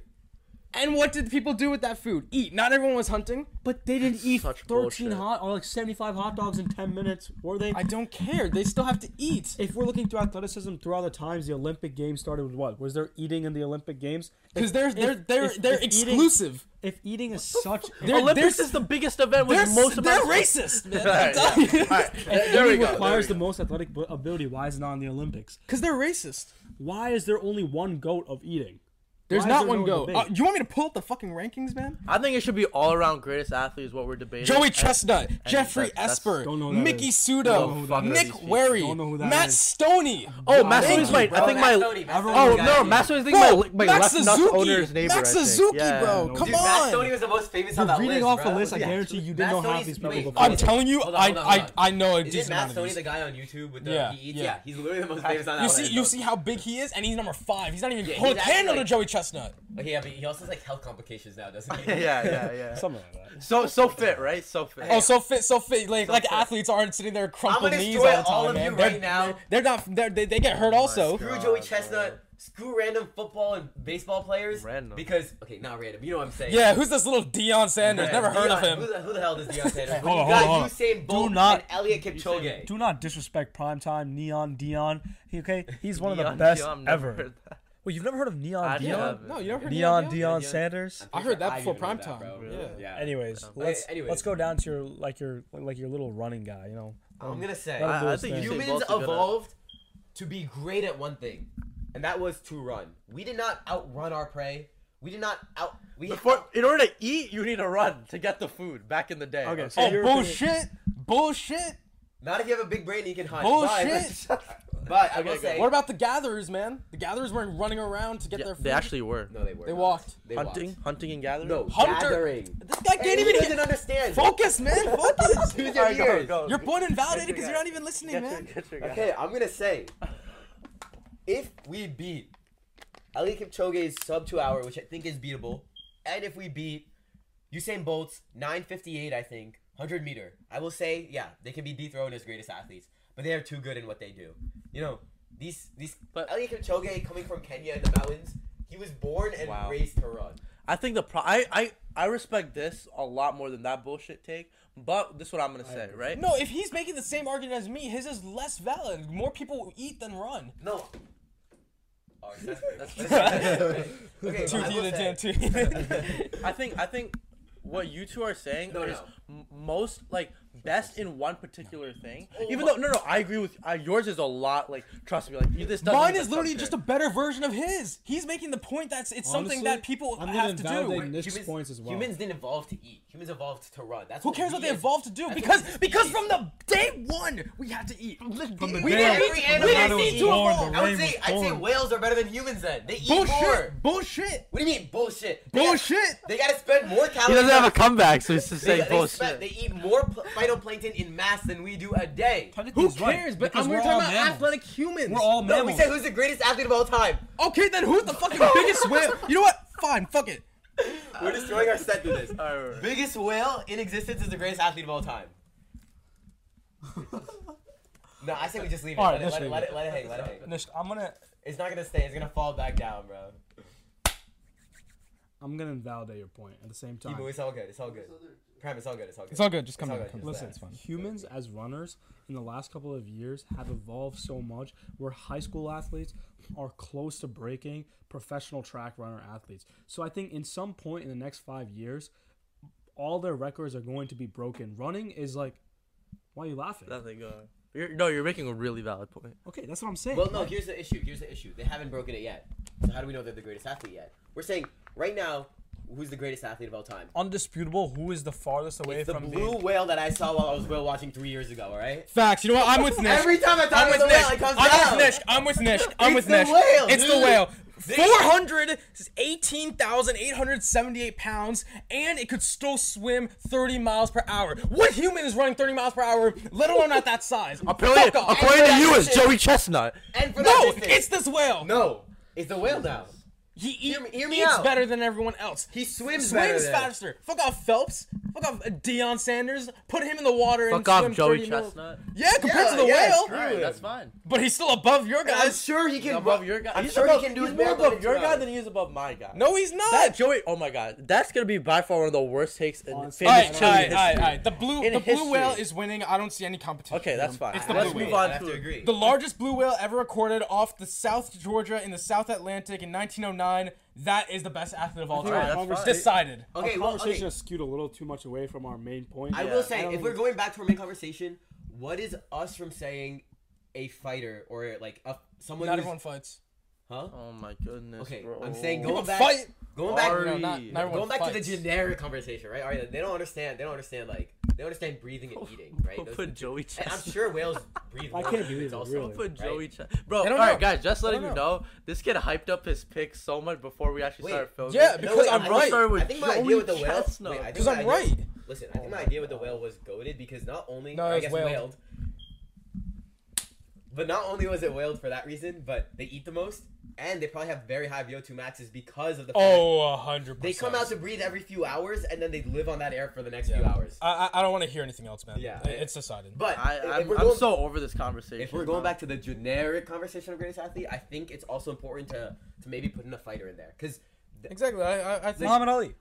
[SPEAKER 5] And what did people do with that food? Eat. Not everyone was hunting.
[SPEAKER 3] But they didn't eat
[SPEAKER 4] such
[SPEAKER 3] 13
[SPEAKER 4] bullshit.
[SPEAKER 3] hot or like 75 hot dogs in 10 minutes, were they?
[SPEAKER 5] I don't care. They still have to eat.
[SPEAKER 3] if we're looking through athleticism throughout the times, the Olympic Games started with what? Was there eating in the Olympic Games?
[SPEAKER 5] Because they're they're
[SPEAKER 3] if-
[SPEAKER 5] they're
[SPEAKER 3] if-
[SPEAKER 5] they're
[SPEAKER 3] if eating-
[SPEAKER 5] exclusive.
[SPEAKER 3] If eating is such,
[SPEAKER 5] They're-
[SPEAKER 4] Olympics
[SPEAKER 5] they're-
[SPEAKER 4] is the biggest event
[SPEAKER 5] They're,
[SPEAKER 4] with most
[SPEAKER 5] they're
[SPEAKER 4] amount of-
[SPEAKER 5] racist, man.
[SPEAKER 4] Alright, yeah. Alright, there- there we
[SPEAKER 3] eating
[SPEAKER 4] go. there
[SPEAKER 3] requires
[SPEAKER 4] we
[SPEAKER 3] the
[SPEAKER 4] go.
[SPEAKER 3] most athletic bu- ability. Why is it not in the Olympics?
[SPEAKER 5] Because they're racist.
[SPEAKER 3] Why is there only one goat of eating?
[SPEAKER 5] There's
[SPEAKER 3] Why is
[SPEAKER 5] not
[SPEAKER 3] there
[SPEAKER 5] one
[SPEAKER 3] no
[SPEAKER 5] go.
[SPEAKER 3] debate?
[SPEAKER 5] Uh, you want me to pull up the fucking rankings, man?
[SPEAKER 4] I think it should be all around greatest athlete is what we're debating.
[SPEAKER 5] Joey
[SPEAKER 4] And-
[SPEAKER 5] Chestnut, Jeffrey
[SPEAKER 4] that's-
[SPEAKER 5] Esper,
[SPEAKER 3] don't know who that
[SPEAKER 5] Mickey
[SPEAKER 3] is.
[SPEAKER 4] Don't know who
[SPEAKER 5] Sudo,
[SPEAKER 4] that
[SPEAKER 5] Nick
[SPEAKER 4] is. Don't
[SPEAKER 5] Wary,
[SPEAKER 3] know who that
[SPEAKER 5] Matt
[SPEAKER 3] is.
[SPEAKER 5] Stoney.
[SPEAKER 4] Oh, Matt
[SPEAKER 5] Thank
[SPEAKER 4] Stoney's
[SPEAKER 5] you,
[SPEAKER 4] my.
[SPEAKER 1] bro.
[SPEAKER 4] I think
[SPEAKER 1] Matt
[SPEAKER 4] my.
[SPEAKER 1] Stoney, Matt Stoney,
[SPEAKER 4] Oh
[SPEAKER 1] you
[SPEAKER 4] no,
[SPEAKER 1] gotta
[SPEAKER 4] Matt
[SPEAKER 1] be-
[SPEAKER 4] Stoney's my
[SPEAKER 5] Bro,
[SPEAKER 4] my
[SPEAKER 5] Max
[SPEAKER 4] left nuts
[SPEAKER 5] Suzuki.
[SPEAKER 4] owner's neighbor.
[SPEAKER 5] Max
[SPEAKER 4] I think.
[SPEAKER 5] Suzuki,
[SPEAKER 4] Yeah.
[SPEAKER 5] bro.
[SPEAKER 3] Dude,
[SPEAKER 5] Come
[SPEAKER 1] Dude, Matt
[SPEAKER 5] on.
[SPEAKER 1] Stoney was the most famous on
[SPEAKER 3] You're
[SPEAKER 1] that
[SPEAKER 3] reading
[SPEAKER 1] list,
[SPEAKER 3] off
[SPEAKER 1] bro.
[SPEAKER 3] a list. I
[SPEAKER 1] Yeah.
[SPEAKER 3] guarantee you
[SPEAKER 1] Matt
[SPEAKER 3] didn't know half
[SPEAKER 1] Stoney's-
[SPEAKER 3] these people
[SPEAKER 1] wait,
[SPEAKER 3] before.
[SPEAKER 5] I'm
[SPEAKER 1] Wait,
[SPEAKER 5] telling you,
[SPEAKER 1] hold on,
[SPEAKER 5] I,
[SPEAKER 1] hold on, hold
[SPEAKER 5] I,
[SPEAKER 1] on.
[SPEAKER 5] I know a
[SPEAKER 1] Is
[SPEAKER 5] decent
[SPEAKER 1] it Matt
[SPEAKER 5] amount of
[SPEAKER 1] Stoney,
[SPEAKER 5] these.
[SPEAKER 1] the guy on YouTube with the
[SPEAKER 5] Yeah,
[SPEAKER 1] he eats?
[SPEAKER 5] yeah.
[SPEAKER 1] Yeah. he's literally the most famous on that
[SPEAKER 5] You
[SPEAKER 1] list.
[SPEAKER 5] see, you
[SPEAKER 1] bro.
[SPEAKER 5] see how big he is, and he's number five. He's not even
[SPEAKER 1] Yeah,
[SPEAKER 5] hold
[SPEAKER 1] he's
[SPEAKER 5] a
[SPEAKER 1] actually
[SPEAKER 5] candle to
[SPEAKER 1] like-
[SPEAKER 5] Joey Chestnut.
[SPEAKER 1] Okay, yeah, but he also has like health complications now, doesn't he?
[SPEAKER 4] yeah, yeah, yeah.
[SPEAKER 3] Something like that.
[SPEAKER 4] So so fit, right? So fit.
[SPEAKER 5] Oh, so fit, so fit. Like like
[SPEAKER 4] fit.
[SPEAKER 5] athletes aren't sitting there
[SPEAKER 1] I'm
[SPEAKER 5] crumpling
[SPEAKER 1] gonna
[SPEAKER 5] knees
[SPEAKER 1] destroy
[SPEAKER 5] all the time,
[SPEAKER 1] all of
[SPEAKER 5] man.
[SPEAKER 1] you
[SPEAKER 5] They're-
[SPEAKER 1] right now.
[SPEAKER 5] They're not. They're, they they get hurt also.
[SPEAKER 1] Screw
[SPEAKER 4] God,
[SPEAKER 1] Joey
[SPEAKER 4] bro.
[SPEAKER 1] Chestnut. Screw random football and baseball players.
[SPEAKER 4] Random.
[SPEAKER 1] Because okay, not random. You know what I'm saying?
[SPEAKER 5] Yeah, who's this little Dion Sanders?
[SPEAKER 1] Yeah,
[SPEAKER 5] Never heard
[SPEAKER 1] Deion-
[SPEAKER 5] of
[SPEAKER 1] Who
[SPEAKER 5] him.
[SPEAKER 1] the, who the hell is Deion Sanders?
[SPEAKER 3] Hold on,
[SPEAKER 1] you got
[SPEAKER 3] hold on, hold
[SPEAKER 1] Usain Bolt
[SPEAKER 3] not-
[SPEAKER 1] and Elliot Kipchoge.
[SPEAKER 3] Do not disrespect primetime Neon Dion. He, okay, he's one of the
[SPEAKER 4] Neon
[SPEAKER 3] best
[SPEAKER 4] Dion, never
[SPEAKER 3] ever.
[SPEAKER 4] heard that.
[SPEAKER 3] Wait, you've never heard of Neon
[SPEAKER 4] I
[SPEAKER 3] Dion?
[SPEAKER 4] have.
[SPEAKER 5] No, you never heard
[SPEAKER 3] Neon
[SPEAKER 5] of
[SPEAKER 3] Dion,
[SPEAKER 1] Dion?
[SPEAKER 3] Sanders.
[SPEAKER 5] I heard that
[SPEAKER 1] I
[SPEAKER 5] before
[SPEAKER 1] didn't know that,
[SPEAKER 5] primetime.
[SPEAKER 1] bro.
[SPEAKER 5] yeah.
[SPEAKER 1] Yeah.
[SPEAKER 3] Um, Anyways, let's
[SPEAKER 1] anyways.
[SPEAKER 3] let's go down to your like your like your little running guy. You know,
[SPEAKER 4] Um,
[SPEAKER 1] I'm gonna say
[SPEAKER 3] Let him do
[SPEAKER 4] I- I
[SPEAKER 3] his
[SPEAKER 4] think
[SPEAKER 3] thing.
[SPEAKER 4] you-
[SPEAKER 1] humans
[SPEAKER 4] Bolt's a good
[SPEAKER 1] evolved to be great at one thing, and that was to run. We did not outrun our prey. We did not out. We
[SPEAKER 4] Before, in order to eat, you need to run to get the food. Back in the day.
[SPEAKER 3] Okay, so-
[SPEAKER 5] Oh
[SPEAKER 3] You're-
[SPEAKER 5] bullshit! Bullshit!
[SPEAKER 1] not if you have a big brain, you can hunt.
[SPEAKER 5] Bullshit!
[SPEAKER 1] But, but I will
[SPEAKER 4] Okay,
[SPEAKER 1] say,
[SPEAKER 5] What about the gatherers, man? The gatherers weren't running around to get
[SPEAKER 4] Yeah,
[SPEAKER 5] their food.
[SPEAKER 4] they actually were.
[SPEAKER 1] no, they were.
[SPEAKER 5] They
[SPEAKER 1] not.
[SPEAKER 5] walked.
[SPEAKER 1] They
[SPEAKER 4] hunting,
[SPEAKER 1] Walked.
[SPEAKER 4] hunting and gathering.
[SPEAKER 1] No,
[SPEAKER 5] Hunter-
[SPEAKER 1] gathering.
[SPEAKER 5] This
[SPEAKER 1] Hey,
[SPEAKER 5] guy can't
[SPEAKER 1] he
[SPEAKER 5] even
[SPEAKER 1] doesn't
[SPEAKER 5] get
[SPEAKER 1] understand.
[SPEAKER 5] focus, man. Focus.
[SPEAKER 1] Use your
[SPEAKER 4] Alright,
[SPEAKER 1] ears.
[SPEAKER 4] go, go.
[SPEAKER 5] Your point invalidated
[SPEAKER 4] Get
[SPEAKER 5] because
[SPEAKER 4] your
[SPEAKER 5] you're
[SPEAKER 4] guy.
[SPEAKER 5] not even listening,
[SPEAKER 4] Get your-
[SPEAKER 5] man.
[SPEAKER 4] get your guy.
[SPEAKER 1] Okay, I'm gonna say, if we beat Ali Kipchoge's sub two hour, which I think is beatable, and if we beat Usain Bolt's 958, I think 100 meter, I will say, yeah, they can be dethroned as greatest athletes, but they are too good in what they do. You know, these these
[SPEAKER 4] But-
[SPEAKER 1] Ali Kipchoge coming from Kenya in the mountains, he was born and
[SPEAKER 4] Wow.
[SPEAKER 1] raised to run.
[SPEAKER 4] I think the pro- I, I I respect this a lot more than that bullshit take. But this is what I'm gonna say, right?
[SPEAKER 5] No, if he's making the same argument as me, his is less valid. More people eat than run.
[SPEAKER 1] No. Oh, that's pretty- that's pretty- okay,
[SPEAKER 5] Two
[SPEAKER 1] I will
[SPEAKER 5] teeth in
[SPEAKER 1] say-
[SPEAKER 5] the gym, too.
[SPEAKER 4] I think I think what you two are saying
[SPEAKER 1] No,
[SPEAKER 4] is
[SPEAKER 1] no.
[SPEAKER 4] m- most like best in one particular thing.
[SPEAKER 5] Oh
[SPEAKER 4] Even though no no I agree with uh, yours is a lot like trust me like you- this doesn't
[SPEAKER 5] Mine
[SPEAKER 4] even
[SPEAKER 5] is literally
[SPEAKER 4] come
[SPEAKER 5] just a
[SPEAKER 4] fair.
[SPEAKER 5] better version of his. He's making the point that's it's something
[SPEAKER 3] Honestly,
[SPEAKER 5] that people
[SPEAKER 3] I'm gonna
[SPEAKER 5] have to do.
[SPEAKER 3] invalidate- Nick's points as well.
[SPEAKER 1] Humans didn't evolve to eat. Humans evolved to run. That's
[SPEAKER 5] Who cares what
[SPEAKER 1] we
[SPEAKER 5] they
[SPEAKER 1] as-
[SPEAKER 5] evolved to do?
[SPEAKER 1] that's
[SPEAKER 5] Because
[SPEAKER 1] what we
[SPEAKER 5] because
[SPEAKER 1] eat.
[SPEAKER 5] from the day one we had to eat.
[SPEAKER 3] From the
[SPEAKER 5] we
[SPEAKER 3] day
[SPEAKER 5] didn't,
[SPEAKER 3] every
[SPEAKER 5] we
[SPEAKER 1] animal
[SPEAKER 5] didn't
[SPEAKER 1] was
[SPEAKER 5] need to
[SPEAKER 3] born,
[SPEAKER 5] evolve.
[SPEAKER 3] the
[SPEAKER 1] I would
[SPEAKER 3] Ray
[SPEAKER 1] say
[SPEAKER 3] was
[SPEAKER 1] I'd say
[SPEAKER 3] born.
[SPEAKER 1] whales are better than humans. Then they eat more.
[SPEAKER 5] Bullshit! Bullshit!
[SPEAKER 1] What do you mean bullshit? They, got-
[SPEAKER 5] Bullshit!
[SPEAKER 1] they gotta spend more calories.
[SPEAKER 4] He doesn't have
[SPEAKER 1] on-
[SPEAKER 4] a comeback, so he's just
[SPEAKER 1] they,
[SPEAKER 4] saying
[SPEAKER 1] they
[SPEAKER 4] bullshit.
[SPEAKER 1] spend- they eat more pl- phytoplankton in mass than we do a day.
[SPEAKER 5] Who cares? But I'm we're talking about athletic humans.
[SPEAKER 3] We're all
[SPEAKER 1] No, we
[SPEAKER 3] mammals.
[SPEAKER 1] said who's the greatest athlete of all time.
[SPEAKER 5] okay. Then who's the fucking biggest whale? You know what? Fine, fuck it.
[SPEAKER 1] We're destroying our set through this.
[SPEAKER 4] All right, all right.
[SPEAKER 1] Biggest whale in existence is the greatest athlete of all time. no, I say we just leave it.
[SPEAKER 3] All right,
[SPEAKER 1] let, it,
[SPEAKER 3] let's
[SPEAKER 1] let, it,
[SPEAKER 3] leave
[SPEAKER 1] let
[SPEAKER 3] it.
[SPEAKER 1] it let it hang. Let it hang.
[SPEAKER 3] Nish, I'm gonna
[SPEAKER 1] It's not gonna stay. It's gonna fall back down, bro.
[SPEAKER 3] I'm gonna invalidate your point at the same time.
[SPEAKER 1] Emo, it's all good. It's all good. Prime, it's all good. It's all good.
[SPEAKER 5] It's all good. Just come
[SPEAKER 1] It's all
[SPEAKER 5] down.
[SPEAKER 1] good,
[SPEAKER 5] Come
[SPEAKER 1] just
[SPEAKER 5] down.
[SPEAKER 3] Listen,
[SPEAKER 5] It's fine.
[SPEAKER 3] humans as runners in the last couple of years have evolved so much where high school athletes are close to breaking professional track runner athletes. So I think in some point in the next five years, all their records are going to be broken. Running is like, why are you laughing?
[SPEAKER 4] Nothing going. You're, no, you're making a really valid point.
[SPEAKER 3] Okay, that's what I'm saying.
[SPEAKER 1] Well, no. Here's the issue. Here's the issue. They haven't broken it yet. So how do we know they're the greatest athlete yet? We're saying right now, who's the greatest athlete of all time?
[SPEAKER 5] Undisputable. Who is the farthest away
[SPEAKER 1] It's the
[SPEAKER 5] from
[SPEAKER 1] blue
[SPEAKER 5] being?
[SPEAKER 1] whale that I saw while I was whale watching three years ago. All right.
[SPEAKER 5] Facts. You know what? I'm with Nish.
[SPEAKER 1] Every time I
[SPEAKER 5] I'm
[SPEAKER 1] talk
[SPEAKER 5] with
[SPEAKER 1] about the whale, it
[SPEAKER 5] Nish.
[SPEAKER 1] comes
[SPEAKER 5] I'm
[SPEAKER 1] down.
[SPEAKER 5] with Nish. I'm with Nish. I'm with
[SPEAKER 1] It's the
[SPEAKER 5] Nish.
[SPEAKER 1] whale,
[SPEAKER 5] It's the
[SPEAKER 1] dude.
[SPEAKER 5] whale. 418,878 pounds, and it could still swim 30 miles per hour. What human is running 30 miles per hour, let alone at that size?
[SPEAKER 4] Apparently,
[SPEAKER 5] Fuck off.
[SPEAKER 4] according to you, it's
[SPEAKER 1] Congratulations.
[SPEAKER 4] Joey Chestnut.
[SPEAKER 1] And for that
[SPEAKER 5] No,
[SPEAKER 1] distance-
[SPEAKER 5] it's this whale.
[SPEAKER 1] no. It's the whale now.
[SPEAKER 5] He eat,
[SPEAKER 1] Hear me- hear me
[SPEAKER 5] eats
[SPEAKER 1] out.
[SPEAKER 5] better than everyone else.
[SPEAKER 1] He swims, better
[SPEAKER 5] swims
[SPEAKER 1] than-
[SPEAKER 5] faster. Fuck off Phelps. Fuck off Deion Sanders. Put him in the water and
[SPEAKER 4] Fuck off,
[SPEAKER 5] swim
[SPEAKER 4] Joey
[SPEAKER 5] 30 mil-
[SPEAKER 4] Chestnut.
[SPEAKER 5] Yeah, compared
[SPEAKER 1] Yeah,
[SPEAKER 5] to the
[SPEAKER 1] yeah,
[SPEAKER 5] whale,
[SPEAKER 1] screw it.
[SPEAKER 4] That's fine.
[SPEAKER 5] but he's still above your
[SPEAKER 1] I'm
[SPEAKER 5] guys.
[SPEAKER 1] sure he can.
[SPEAKER 4] above
[SPEAKER 1] ru-
[SPEAKER 4] your guy.
[SPEAKER 1] I'm
[SPEAKER 4] he's
[SPEAKER 1] sure
[SPEAKER 4] above,
[SPEAKER 1] he can do
[SPEAKER 4] he's
[SPEAKER 1] his
[SPEAKER 4] more
[SPEAKER 1] marathon
[SPEAKER 4] above
[SPEAKER 1] in
[SPEAKER 4] your
[SPEAKER 1] two
[SPEAKER 4] guy
[SPEAKER 1] hours.
[SPEAKER 4] than he is above my guy.
[SPEAKER 5] No, he's not.
[SPEAKER 4] That Joey, oh my god, that's gonna be by far one of the worst takes in
[SPEAKER 3] Honestly.
[SPEAKER 5] all
[SPEAKER 4] famous
[SPEAKER 5] right,
[SPEAKER 4] Chile
[SPEAKER 5] all right,
[SPEAKER 4] history.
[SPEAKER 5] all right, all right. The blue,
[SPEAKER 4] In
[SPEAKER 5] the blue
[SPEAKER 4] history.
[SPEAKER 5] whale is winning. I don't see any competition.
[SPEAKER 4] Okay, that's fine.
[SPEAKER 5] It's the
[SPEAKER 4] Let's
[SPEAKER 5] blue
[SPEAKER 4] move
[SPEAKER 5] whale.
[SPEAKER 4] on
[SPEAKER 1] I have to
[SPEAKER 4] to
[SPEAKER 1] agree.
[SPEAKER 5] The largest blue whale ever recorded off the South Georgia in the South Atlantic in 1909. That is the best athlete of all
[SPEAKER 3] I think our
[SPEAKER 5] time.
[SPEAKER 4] that's
[SPEAKER 3] conversa-
[SPEAKER 4] fine.
[SPEAKER 5] Decided.
[SPEAKER 1] okay,
[SPEAKER 3] our
[SPEAKER 1] well,
[SPEAKER 3] conversation
[SPEAKER 1] okay.
[SPEAKER 3] has skewed a little too much away from our main point.
[SPEAKER 1] I
[SPEAKER 4] Yeah.
[SPEAKER 1] will
[SPEAKER 3] I
[SPEAKER 1] say,
[SPEAKER 3] don't
[SPEAKER 1] if we're
[SPEAKER 3] think-
[SPEAKER 1] going back to our main conversation, what is us from saying a fighter or like a someone?
[SPEAKER 5] Not
[SPEAKER 1] who's-
[SPEAKER 5] everyone fights.
[SPEAKER 1] Huh?
[SPEAKER 4] Oh my goodness.
[SPEAKER 1] Okay,
[SPEAKER 4] bro.
[SPEAKER 1] I'm saying
[SPEAKER 5] People
[SPEAKER 1] going back,
[SPEAKER 5] fight.
[SPEAKER 1] going back,
[SPEAKER 4] Ari-
[SPEAKER 5] No, not, not
[SPEAKER 1] going
[SPEAKER 5] everyone
[SPEAKER 1] back to the
[SPEAKER 5] fights.
[SPEAKER 1] generic conversation, right? All right, they don't understand. They don't understand like they don't understand breathing and eating, right?
[SPEAKER 4] Don't
[SPEAKER 1] Those-
[SPEAKER 4] put Joey
[SPEAKER 1] and I'm
[SPEAKER 4] Chestnut.
[SPEAKER 1] sure whales breathe.
[SPEAKER 3] I
[SPEAKER 1] more
[SPEAKER 3] can't
[SPEAKER 1] than humans
[SPEAKER 3] believe it,
[SPEAKER 1] also.
[SPEAKER 3] really.
[SPEAKER 4] Put
[SPEAKER 1] right?
[SPEAKER 4] Joey Chestnut. Bro,
[SPEAKER 5] I
[SPEAKER 4] all
[SPEAKER 5] don't
[SPEAKER 4] right,
[SPEAKER 5] know.
[SPEAKER 4] guys, just letting
[SPEAKER 5] don't
[SPEAKER 4] you know, this kid hyped up his pick so much before we actually
[SPEAKER 1] Wait,
[SPEAKER 4] started filming.
[SPEAKER 5] yeah,
[SPEAKER 1] No,
[SPEAKER 5] Because
[SPEAKER 1] wait,
[SPEAKER 5] I'm
[SPEAKER 1] I
[SPEAKER 5] right.
[SPEAKER 1] Think,
[SPEAKER 4] Started with
[SPEAKER 1] I think my
[SPEAKER 4] Joey
[SPEAKER 1] idea with the whale.
[SPEAKER 4] Chestnut.
[SPEAKER 1] wait, I think
[SPEAKER 5] Because
[SPEAKER 1] my
[SPEAKER 5] I'm
[SPEAKER 1] idea-
[SPEAKER 5] right.
[SPEAKER 1] Listen, I think my idea with the whale was goaded because not only
[SPEAKER 5] No,
[SPEAKER 1] I
[SPEAKER 5] it's
[SPEAKER 1] guess
[SPEAKER 5] whaled.
[SPEAKER 1] whaled, But not only was it whaled for that reason, but they eat the most, and they probably have very high VO2 maxes because of the fact
[SPEAKER 5] Oh, a hundred percent.
[SPEAKER 1] they come out to breathe every few hours, and then they live on that air for the next few
[SPEAKER 5] Yeah.
[SPEAKER 1] hours.
[SPEAKER 5] I, I I don't want to hear anything else, man.
[SPEAKER 1] Yeah.
[SPEAKER 5] I- it's decided.
[SPEAKER 1] But
[SPEAKER 4] I,
[SPEAKER 1] if
[SPEAKER 4] I'm,
[SPEAKER 1] we're
[SPEAKER 4] I'm
[SPEAKER 1] going-
[SPEAKER 4] so over this conversation.
[SPEAKER 1] if we're going
[SPEAKER 4] bro.
[SPEAKER 1] back to the generic conversation of greatest athlete, I think it's also important to to maybe put in a fighter in there because
[SPEAKER 5] exactly. I I, I think
[SPEAKER 2] Muhammad Ali.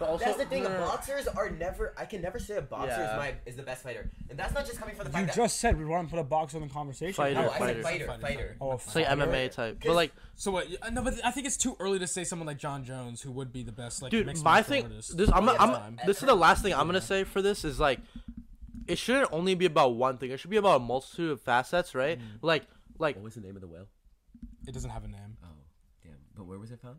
[SPEAKER 4] But also,
[SPEAKER 1] that's the thing.
[SPEAKER 4] no, no, no.
[SPEAKER 1] Boxers are never. I can never say a boxer is
[SPEAKER 4] Yeah.
[SPEAKER 1] my is the best fighter, and that's not just coming from the fact
[SPEAKER 3] You
[SPEAKER 1] that
[SPEAKER 3] just said we want to put a box on the conversation.
[SPEAKER 4] Fighter,
[SPEAKER 1] no,
[SPEAKER 3] How-
[SPEAKER 1] I said fighter,
[SPEAKER 4] Fighter.
[SPEAKER 5] Fighter.
[SPEAKER 1] fighter.
[SPEAKER 3] Oh,
[SPEAKER 4] It's like MMA type, but like,
[SPEAKER 5] so. What? yeah, No, but I think it's too early to say someone like John Jones, who would be the best like
[SPEAKER 4] dude,
[SPEAKER 5] mixed
[SPEAKER 4] my
[SPEAKER 5] martial
[SPEAKER 4] thing.
[SPEAKER 5] artist
[SPEAKER 4] This, I'm,
[SPEAKER 5] of all
[SPEAKER 4] I'm,
[SPEAKER 5] time.
[SPEAKER 4] this is the last thing I'm gonna say for this is like, it shouldn't only be about one thing. It should be about a multitude of facets, right?
[SPEAKER 5] Mm.
[SPEAKER 4] Like, like
[SPEAKER 1] was the name of the whale?
[SPEAKER 5] It doesn't have a name.
[SPEAKER 1] Oh, damn. But where was it found?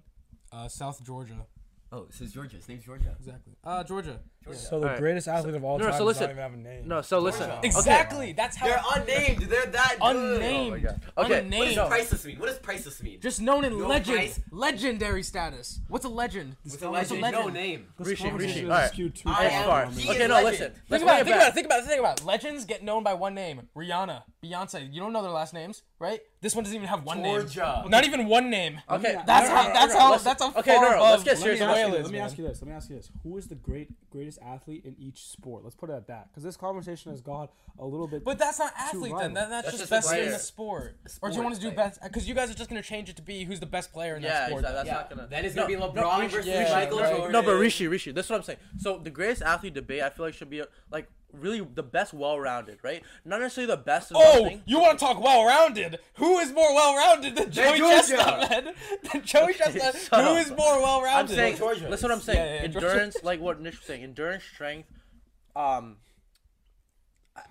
[SPEAKER 5] Uh, South Georgia.
[SPEAKER 1] Oh, it says Georgia. His name's Georgia.
[SPEAKER 5] Exactly. Uh, Georgia.
[SPEAKER 3] So the
[SPEAKER 4] Alright.
[SPEAKER 3] greatest athlete of all
[SPEAKER 4] No, no,
[SPEAKER 3] time
[SPEAKER 4] so
[SPEAKER 3] does
[SPEAKER 4] listen.
[SPEAKER 3] not even have a name.
[SPEAKER 4] no. So listen,
[SPEAKER 1] Wow.
[SPEAKER 5] Exactly. That's how. Oh
[SPEAKER 1] They're unnamed. They're that good. Oh
[SPEAKER 5] unnamed.
[SPEAKER 4] Okay,
[SPEAKER 1] What
[SPEAKER 5] Unnamed.
[SPEAKER 1] does priceless mean? What does priceless mean?
[SPEAKER 5] Just known in
[SPEAKER 1] No
[SPEAKER 5] legend.
[SPEAKER 1] price.
[SPEAKER 5] Legendary status. What's a legend?
[SPEAKER 1] With a legend, no name.
[SPEAKER 3] This
[SPEAKER 4] Rishi,
[SPEAKER 3] conversation
[SPEAKER 4] Rishi.
[SPEAKER 3] is
[SPEAKER 4] Alright.
[SPEAKER 3] skewed too
[SPEAKER 1] I
[SPEAKER 3] far
[SPEAKER 1] am
[SPEAKER 3] from
[SPEAKER 1] the-
[SPEAKER 3] it.
[SPEAKER 1] He
[SPEAKER 4] Okay,
[SPEAKER 1] is
[SPEAKER 4] no,
[SPEAKER 1] legend.
[SPEAKER 4] listen.
[SPEAKER 5] Think
[SPEAKER 4] Let's
[SPEAKER 5] about, it,
[SPEAKER 4] bring it
[SPEAKER 5] think about
[SPEAKER 4] back.
[SPEAKER 5] it. Think about it. Think about it. Legends get known by one name. Rihanna, Beyonce. You don't know their last names, right? This one doesn't even have one
[SPEAKER 1] Georgia.
[SPEAKER 5] name. Not even one name.
[SPEAKER 4] Okay,
[SPEAKER 5] That's
[SPEAKER 4] no, no,
[SPEAKER 5] how.
[SPEAKER 4] no, no,
[SPEAKER 5] that's
[SPEAKER 4] no,
[SPEAKER 5] how.
[SPEAKER 4] listen.
[SPEAKER 5] That's how.
[SPEAKER 4] Okay,
[SPEAKER 5] far
[SPEAKER 4] no, no,
[SPEAKER 5] above
[SPEAKER 4] let's get
[SPEAKER 5] the
[SPEAKER 4] serious.
[SPEAKER 3] Let me,
[SPEAKER 5] whale
[SPEAKER 3] ask you,
[SPEAKER 5] is,
[SPEAKER 3] let me
[SPEAKER 5] man.
[SPEAKER 3] ask you this. Let me ask you this. Who is the great greatest athlete in each sport? Let's put it at that, because this conversation has gone a little bit.
[SPEAKER 5] But that's not athlete then. That,
[SPEAKER 3] rivals.
[SPEAKER 5] that's,
[SPEAKER 1] That's
[SPEAKER 5] just
[SPEAKER 1] just a
[SPEAKER 5] best in
[SPEAKER 1] player.
[SPEAKER 5] the sport. or do you
[SPEAKER 1] sport
[SPEAKER 5] want to do
[SPEAKER 1] player.
[SPEAKER 5] best? Because you guys are just gonna change it to be who's the best player in
[SPEAKER 4] Yeah,
[SPEAKER 5] that sport.
[SPEAKER 4] exactly. That's
[SPEAKER 1] Yeah.
[SPEAKER 4] not gonna.
[SPEAKER 1] Then it's gonna
[SPEAKER 4] No,
[SPEAKER 1] be LeBron
[SPEAKER 4] Rishi-
[SPEAKER 1] versus
[SPEAKER 5] yeah,
[SPEAKER 1] Michael
[SPEAKER 5] right.
[SPEAKER 1] Jordan.
[SPEAKER 4] No, but Rishi, Rishi. That's what I'm saying. So the greatest athlete debate, I feel like, should be like really the best, well-rounded, right? Not necessarily the best. In one
[SPEAKER 5] Oh,
[SPEAKER 4] thing.
[SPEAKER 5] you want to talk well-rounded? Who is more well-rounded than Joey
[SPEAKER 1] Georgia.
[SPEAKER 5] Chestnut, man? Than Joey Chestnut.
[SPEAKER 4] shut
[SPEAKER 5] Who
[SPEAKER 4] up.
[SPEAKER 5] is more
[SPEAKER 4] I'm
[SPEAKER 5] well-rounded?
[SPEAKER 4] saying.
[SPEAKER 1] Georgia
[SPEAKER 4] Listen, what I'm
[SPEAKER 1] is.
[SPEAKER 4] saying.
[SPEAKER 5] Yeah, yeah, Georgia.
[SPEAKER 4] endurance, like what Nish was saying, endurance, strength, um,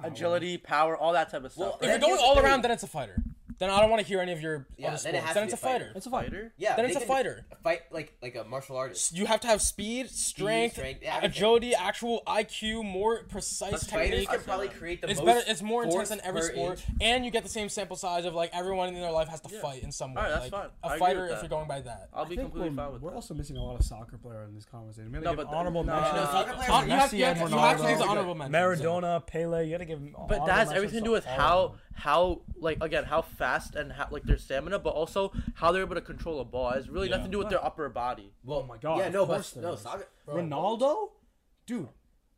[SPEAKER 4] agility, power, all that type of stuff.
[SPEAKER 1] Well,
[SPEAKER 5] If
[SPEAKER 4] right?
[SPEAKER 5] you're
[SPEAKER 1] That
[SPEAKER 5] going
[SPEAKER 1] is
[SPEAKER 5] all
[SPEAKER 1] great.
[SPEAKER 5] around, then it's a fighter. Then I don't want to hear any of your
[SPEAKER 1] Yeah,
[SPEAKER 5] other
[SPEAKER 1] then it
[SPEAKER 5] sports.
[SPEAKER 1] has
[SPEAKER 5] Then
[SPEAKER 1] to
[SPEAKER 5] it's
[SPEAKER 1] be a
[SPEAKER 5] a
[SPEAKER 1] fighter.
[SPEAKER 5] fighter.
[SPEAKER 3] it's a fight.
[SPEAKER 4] fighter.
[SPEAKER 1] Yeah,
[SPEAKER 5] Then
[SPEAKER 1] they
[SPEAKER 5] it's a
[SPEAKER 1] can
[SPEAKER 5] fighter.
[SPEAKER 1] Fight like like a martial artist.
[SPEAKER 5] You have to have speed, strength,
[SPEAKER 1] strength, yeah, everything.
[SPEAKER 5] agility, actual IQ, more precise
[SPEAKER 1] Fighters
[SPEAKER 5] technique.
[SPEAKER 1] can probably create the
[SPEAKER 5] It's
[SPEAKER 1] most.
[SPEAKER 5] better. It's more intense
[SPEAKER 1] force
[SPEAKER 5] than every
[SPEAKER 1] per
[SPEAKER 5] sport,
[SPEAKER 1] inch.
[SPEAKER 5] and you get the same sample size of like everyone in their life has to fight in some way.
[SPEAKER 4] Alright, that's
[SPEAKER 5] like,
[SPEAKER 4] fine.
[SPEAKER 5] A
[SPEAKER 4] I agree
[SPEAKER 5] fighter,
[SPEAKER 4] with
[SPEAKER 5] if
[SPEAKER 4] that.
[SPEAKER 5] you're going by that.
[SPEAKER 4] I'll be
[SPEAKER 3] I think
[SPEAKER 4] completely
[SPEAKER 3] we're,
[SPEAKER 4] fine with
[SPEAKER 3] we're
[SPEAKER 4] that.
[SPEAKER 3] also missing a lot of soccer player in this conversation. We gotta
[SPEAKER 4] No,
[SPEAKER 3] give
[SPEAKER 4] but the-
[SPEAKER 3] honorable
[SPEAKER 4] no,
[SPEAKER 3] mentions.
[SPEAKER 4] no, no,
[SPEAKER 1] soccer
[SPEAKER 3] Uh,
[SPEAKER 1] players
[SPEAKER 5] Uh,
[SPEAKER 1] are
[SPEAKER 5] you, have,
[SPEAKER 3] Messi
[SPEAKER 5] you, have,
[SPEAKER 3] and
[SPEAKER 5] you have to do
[SPEAKER 3] Ronaldo.
[SPEAKER 5] the honorable mentions.
[SPEAKER 3] Maradona, Pele. You gotta give them.
[SPEAKER 4] But that has everything to do with
[SPEAKER 3] all of
[SPEAKER 4] how how like again how fast and how like their stamina, but also how they're able to control a ball. It's really nothing to do with their upper body.
[SPEAKER 1] Well,
[SPEAKER 3] Oh my God,
[SPEAKER 1] Yeah,
[SPEAKER 3] of
[SPEAKER 1] no, but
[SPEAKER 3] course there
[SPEAKER 1] no
[SPEAKER 3] is.
[SPEAKER 1] soccer.
[SPEAKER 3] them. Ronaldo, dude,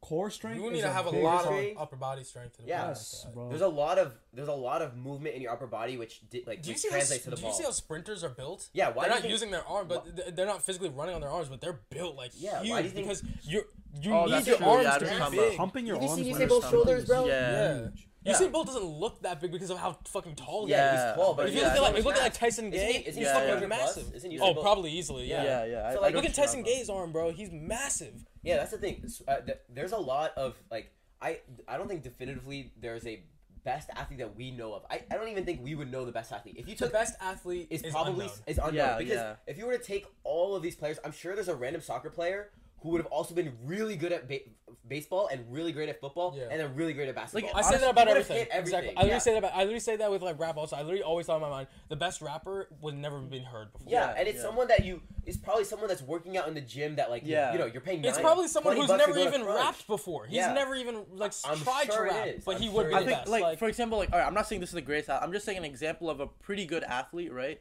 [SPEAKER 3] core strength.
[SPEAKER 5] You need
[SPEAKER 3] is
[SPEAKER 5] to have a
[SPEAKER 3] big
[SPEAKER 5] lot
[SPEAKER 3] part.
[SPEAKER 5] of
[SPEAKER 1] strength.
[SPEAKER 5] upper body strength. To the
[SPEAKER 1] Yeah.
[SPEAKER 5] body.
[SPEAKER 3] Yes, bro.
[SPEAKER 1] There's a lot of there's a lot of movement in your upper body which di- like
[SPEAKER 5] Do you
[SPEAKER 1] which
[SPEAKER 5] see how,
[SPEAKER 1] translates to the
[SPEAKER 5] do
[SPEAKER 1] ball.
[SPEAKER 5] you see how sprinters are built?
[SPEAKER 1] Yeah, why do
[SPEAKER 5] they're
[SPEAKER 1] you
[SPEAKER 5] not
[SPEAKER 1] think-
[SPEAKER 5] using their arm, but th- they're not physically running on their arms, but they're built like
[SPEAKER 1] Yeah, why
[SPEAKER 5] huge
[SPEAKER 1] do you think-
[SPEAKER 5] because you you
[SPEAKER 4] Oh,
[SPEAKER 5] need
[SPEAKER 4] that's
[SPEAKER 5] your
[SPEAKER 4] true,
[SPEAKER 5] arms
[SPEAKER 4] yeah, I
[SPEAKER 5] to
[SPEAKER 4] know what
[SPEAKER 5] be
[SPEAKER 4] you're talking
[SPEAKER 5] big.
[SPEAKER 4] about.
[SPEAKER 3] Pumping your
[SPEAKER 1] Have you
[SPEAKER 3] arms.
[SPEAKER 1] seen
[SPEAKER 3] when
[SPEAKER 1] Usain
[SPEAKER 3] you're
[SPEAKER 1] Bolt's
[SPEAKER 3] stomping
[SPEAKER 1] shoulders,
[SPEAKER 3] is
[SPEAKER 1] bro?
[SPEAKER 4] Yeah.
[SPEAKER 3] huge.
[SPEAKER 5] Usain Bolt doesn't look that big because of how fucking tall he
[SPEAKER 1] yeah,
[SPEAKER 5] is.
[SPEAKER 1] he's tall, but
[SPEAKER 5] If you
[SPEAKER 1] yeah,
[SPEAKER 5] look at
[SPEAKER 1] so
[SPEAKER 5] like,
[SPEAKER 1] much
[SPEAKER 5] if you look at like
[SPEAKER 1] mass.
[SPEAKER 5] Tyson Gay,
[SPEAKER 1] Isn't he-
[SPEAKER 5] he's
[SPEAKER 1] isn't he
[SPEAKER 5] fucking
[SPEAKER 1] 400 plus? massive. Isn't he
[SPEAKER 5] Oh,
[SPEAKER 1] Usain Bolt?
[SPEAKER 5] probably easily. Yeah.
[SPEAKER 4] Yeah, yeah. I-
[SPEAKER 1] So, like,
[SPEAKER 4] I know
[SPEAKER 5] Look
[SPEAKER 4] what
[SPEAKER 5] at
[SPEAKER 4] you're
[SPEAKER 5] Tyson
[SPEAKER 4] talking
[SPEAKER 5] Gay's arm, bro. He's massive.
[SPEAKER 1] Yeah, that's the thing. S- Uh, th- there's a lot of like I I don't think definitively there's a best athlete that we know of. I, I don't even think we would know the best athlete. If you
[SPEAKER 5] The
[SPEAKER 1] took
[SPEAKER 5] best athlete
[SPEAKER 1] is probably
[SPEAKER 5] unknown.
[SPEAKER 1] is unknown
[SPEAKER 4] Yeah,
[SPEAKER 1] because
[SPEAKER 4] yeah.
[SPEAKER 1] if you were to take all of these players, I'm sure there's a random soccer player who would have also been really good at ba- baseball and really great at football
[SPEAKER 5] Yeah.
[SPEAKER 1] and then really great at basketball.
[SPEAKER 5] I say
[SPEAKER 1] Honestly,
[SPEAKER 5] that about
[SPEAKER 1] you would've
[SPEAKER 5] everything.
[SPEAKER 1] hit everything.
[SPEAKER 5] Exactly. I literally
[SPEAKER 1] yeah.
[SPEAKER 5] say that about I literally say that with like rap also. I literally always thought in my mind the best rapper would never have been heard before.
[SPEAKER 1] Yeah,
[SPEAKER 4] Yeah,
[SPEAKER 1] and it's
[SPEAKER 4] yeah.
[SPEAKER 1] someone that you it's probably someone that's working out in the gym that like yeah.
[SPEAKER 4] Yeah.
[SPEAKER 1] you know you're paying.
[SPEAKER 5] It's
[SPEAKER 1] nine-
[SPEAKER 5] probably someone
[SPEAKER 1] 20
[SPEAKER 5] who's
[SPEAKER 1] bucks to
[SPEAKER 5] never
[SPEAKER 1] go to
[SPEAKER 5] even
[SPEAKER 1] Crunch.
[SPEAKER 5] rapped before. He's
[SPEAKER 1] Yeah.
[SPEAKER 5] never even like
[SPEAKER 1] I'm
[SPEAKER 5] tried
[SPEAKER 1] sure
[SPEAKER 5] to
[SPEAKER 1] it
[SPEAKER 5] rap,
[SPEAKER 1] is.
[SPEAKER 5] but
[SPEAKER 1] I'm
[SPEAKER 5] he
[SPEAKER 1] sure
[SPEAKER 5] would be
[SPEAKER 1] it
[SPEAKER 5] the
[SPEAKER 4] I think,
[SPEAKER 5] best.
[SPEAKER 4] like, for example, like, all right, I'm not saying this is the greatest. athlete. I'm just saying an example of a pretty good athlete, right?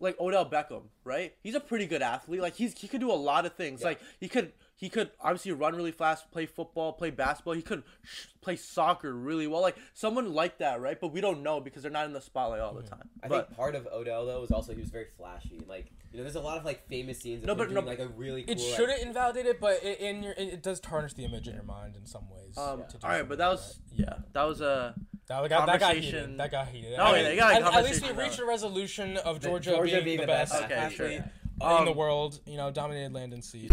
[SPEAKER 4] Like Odell Beckham, right? He's a pretty good athlete. Like he's he could do a lot of things. Like he could he could obviously run really fast, play football, play basketball. He could sh- play soccer really well. Like someone like that, right? But we don't know because they're not in the spotlight all the time.
[SPEAKER 1] I
[SPEAKER 4] but
[SPEAKER 1] think part of Odell though was also he was very flashy. Like you know, there's a lot of like famous scenes of
[SPEAKER 4] No,
[SPEAKER 1] him
[SPEAKER 4] but-
[SPEAKER 1] doing,
[SPEAKER 4] no,
[SPEAKER 1] like a really cool.
[SPEAKER 5] it
[SPEAKER 1] like-
[SPEAKER 5] shouldn't invalidate it, but it, in your it, it does tarnish the image in your mind in some ways.
[SPEAKER 4] um,
[SPEAKER 5] to do
[SPEAKER 4] all right,
[SPEAKER 5] something
[SPEAKER 4] but that
[SPEAKER 5] like
[SPEAKER 4] was yeah, that was a
[SPEAKER 5] that, that, got, that got
[SPEAKER 4] conversation-
[SPEAKER 5] heated. That got heated.
[SPEAKER 4] No,
[SPEAKER 5] I
[SPEAKER 4] yeah,
[SPEAKER 5] mean,
[SPEAKER 4] they got a
[SPEAKER 5] at, at least we
[SPEAKER 4] conversation
[SPEAKER 5] reached a
[SPEAKER 4] about
[SPEAKER 5] resolution of Georgia,
[SPEAKER 1] Georgia
[SPEAKER 5] being, the best,
[SPEAKER 4] athlete.
[SPEAKER 5] athlete
[SPEAKER 4] Okay,
[SPEAKER 5] in the
[SPEAKER 4] Um,
[SPEAKER 5] world. You know, dominated land and sea.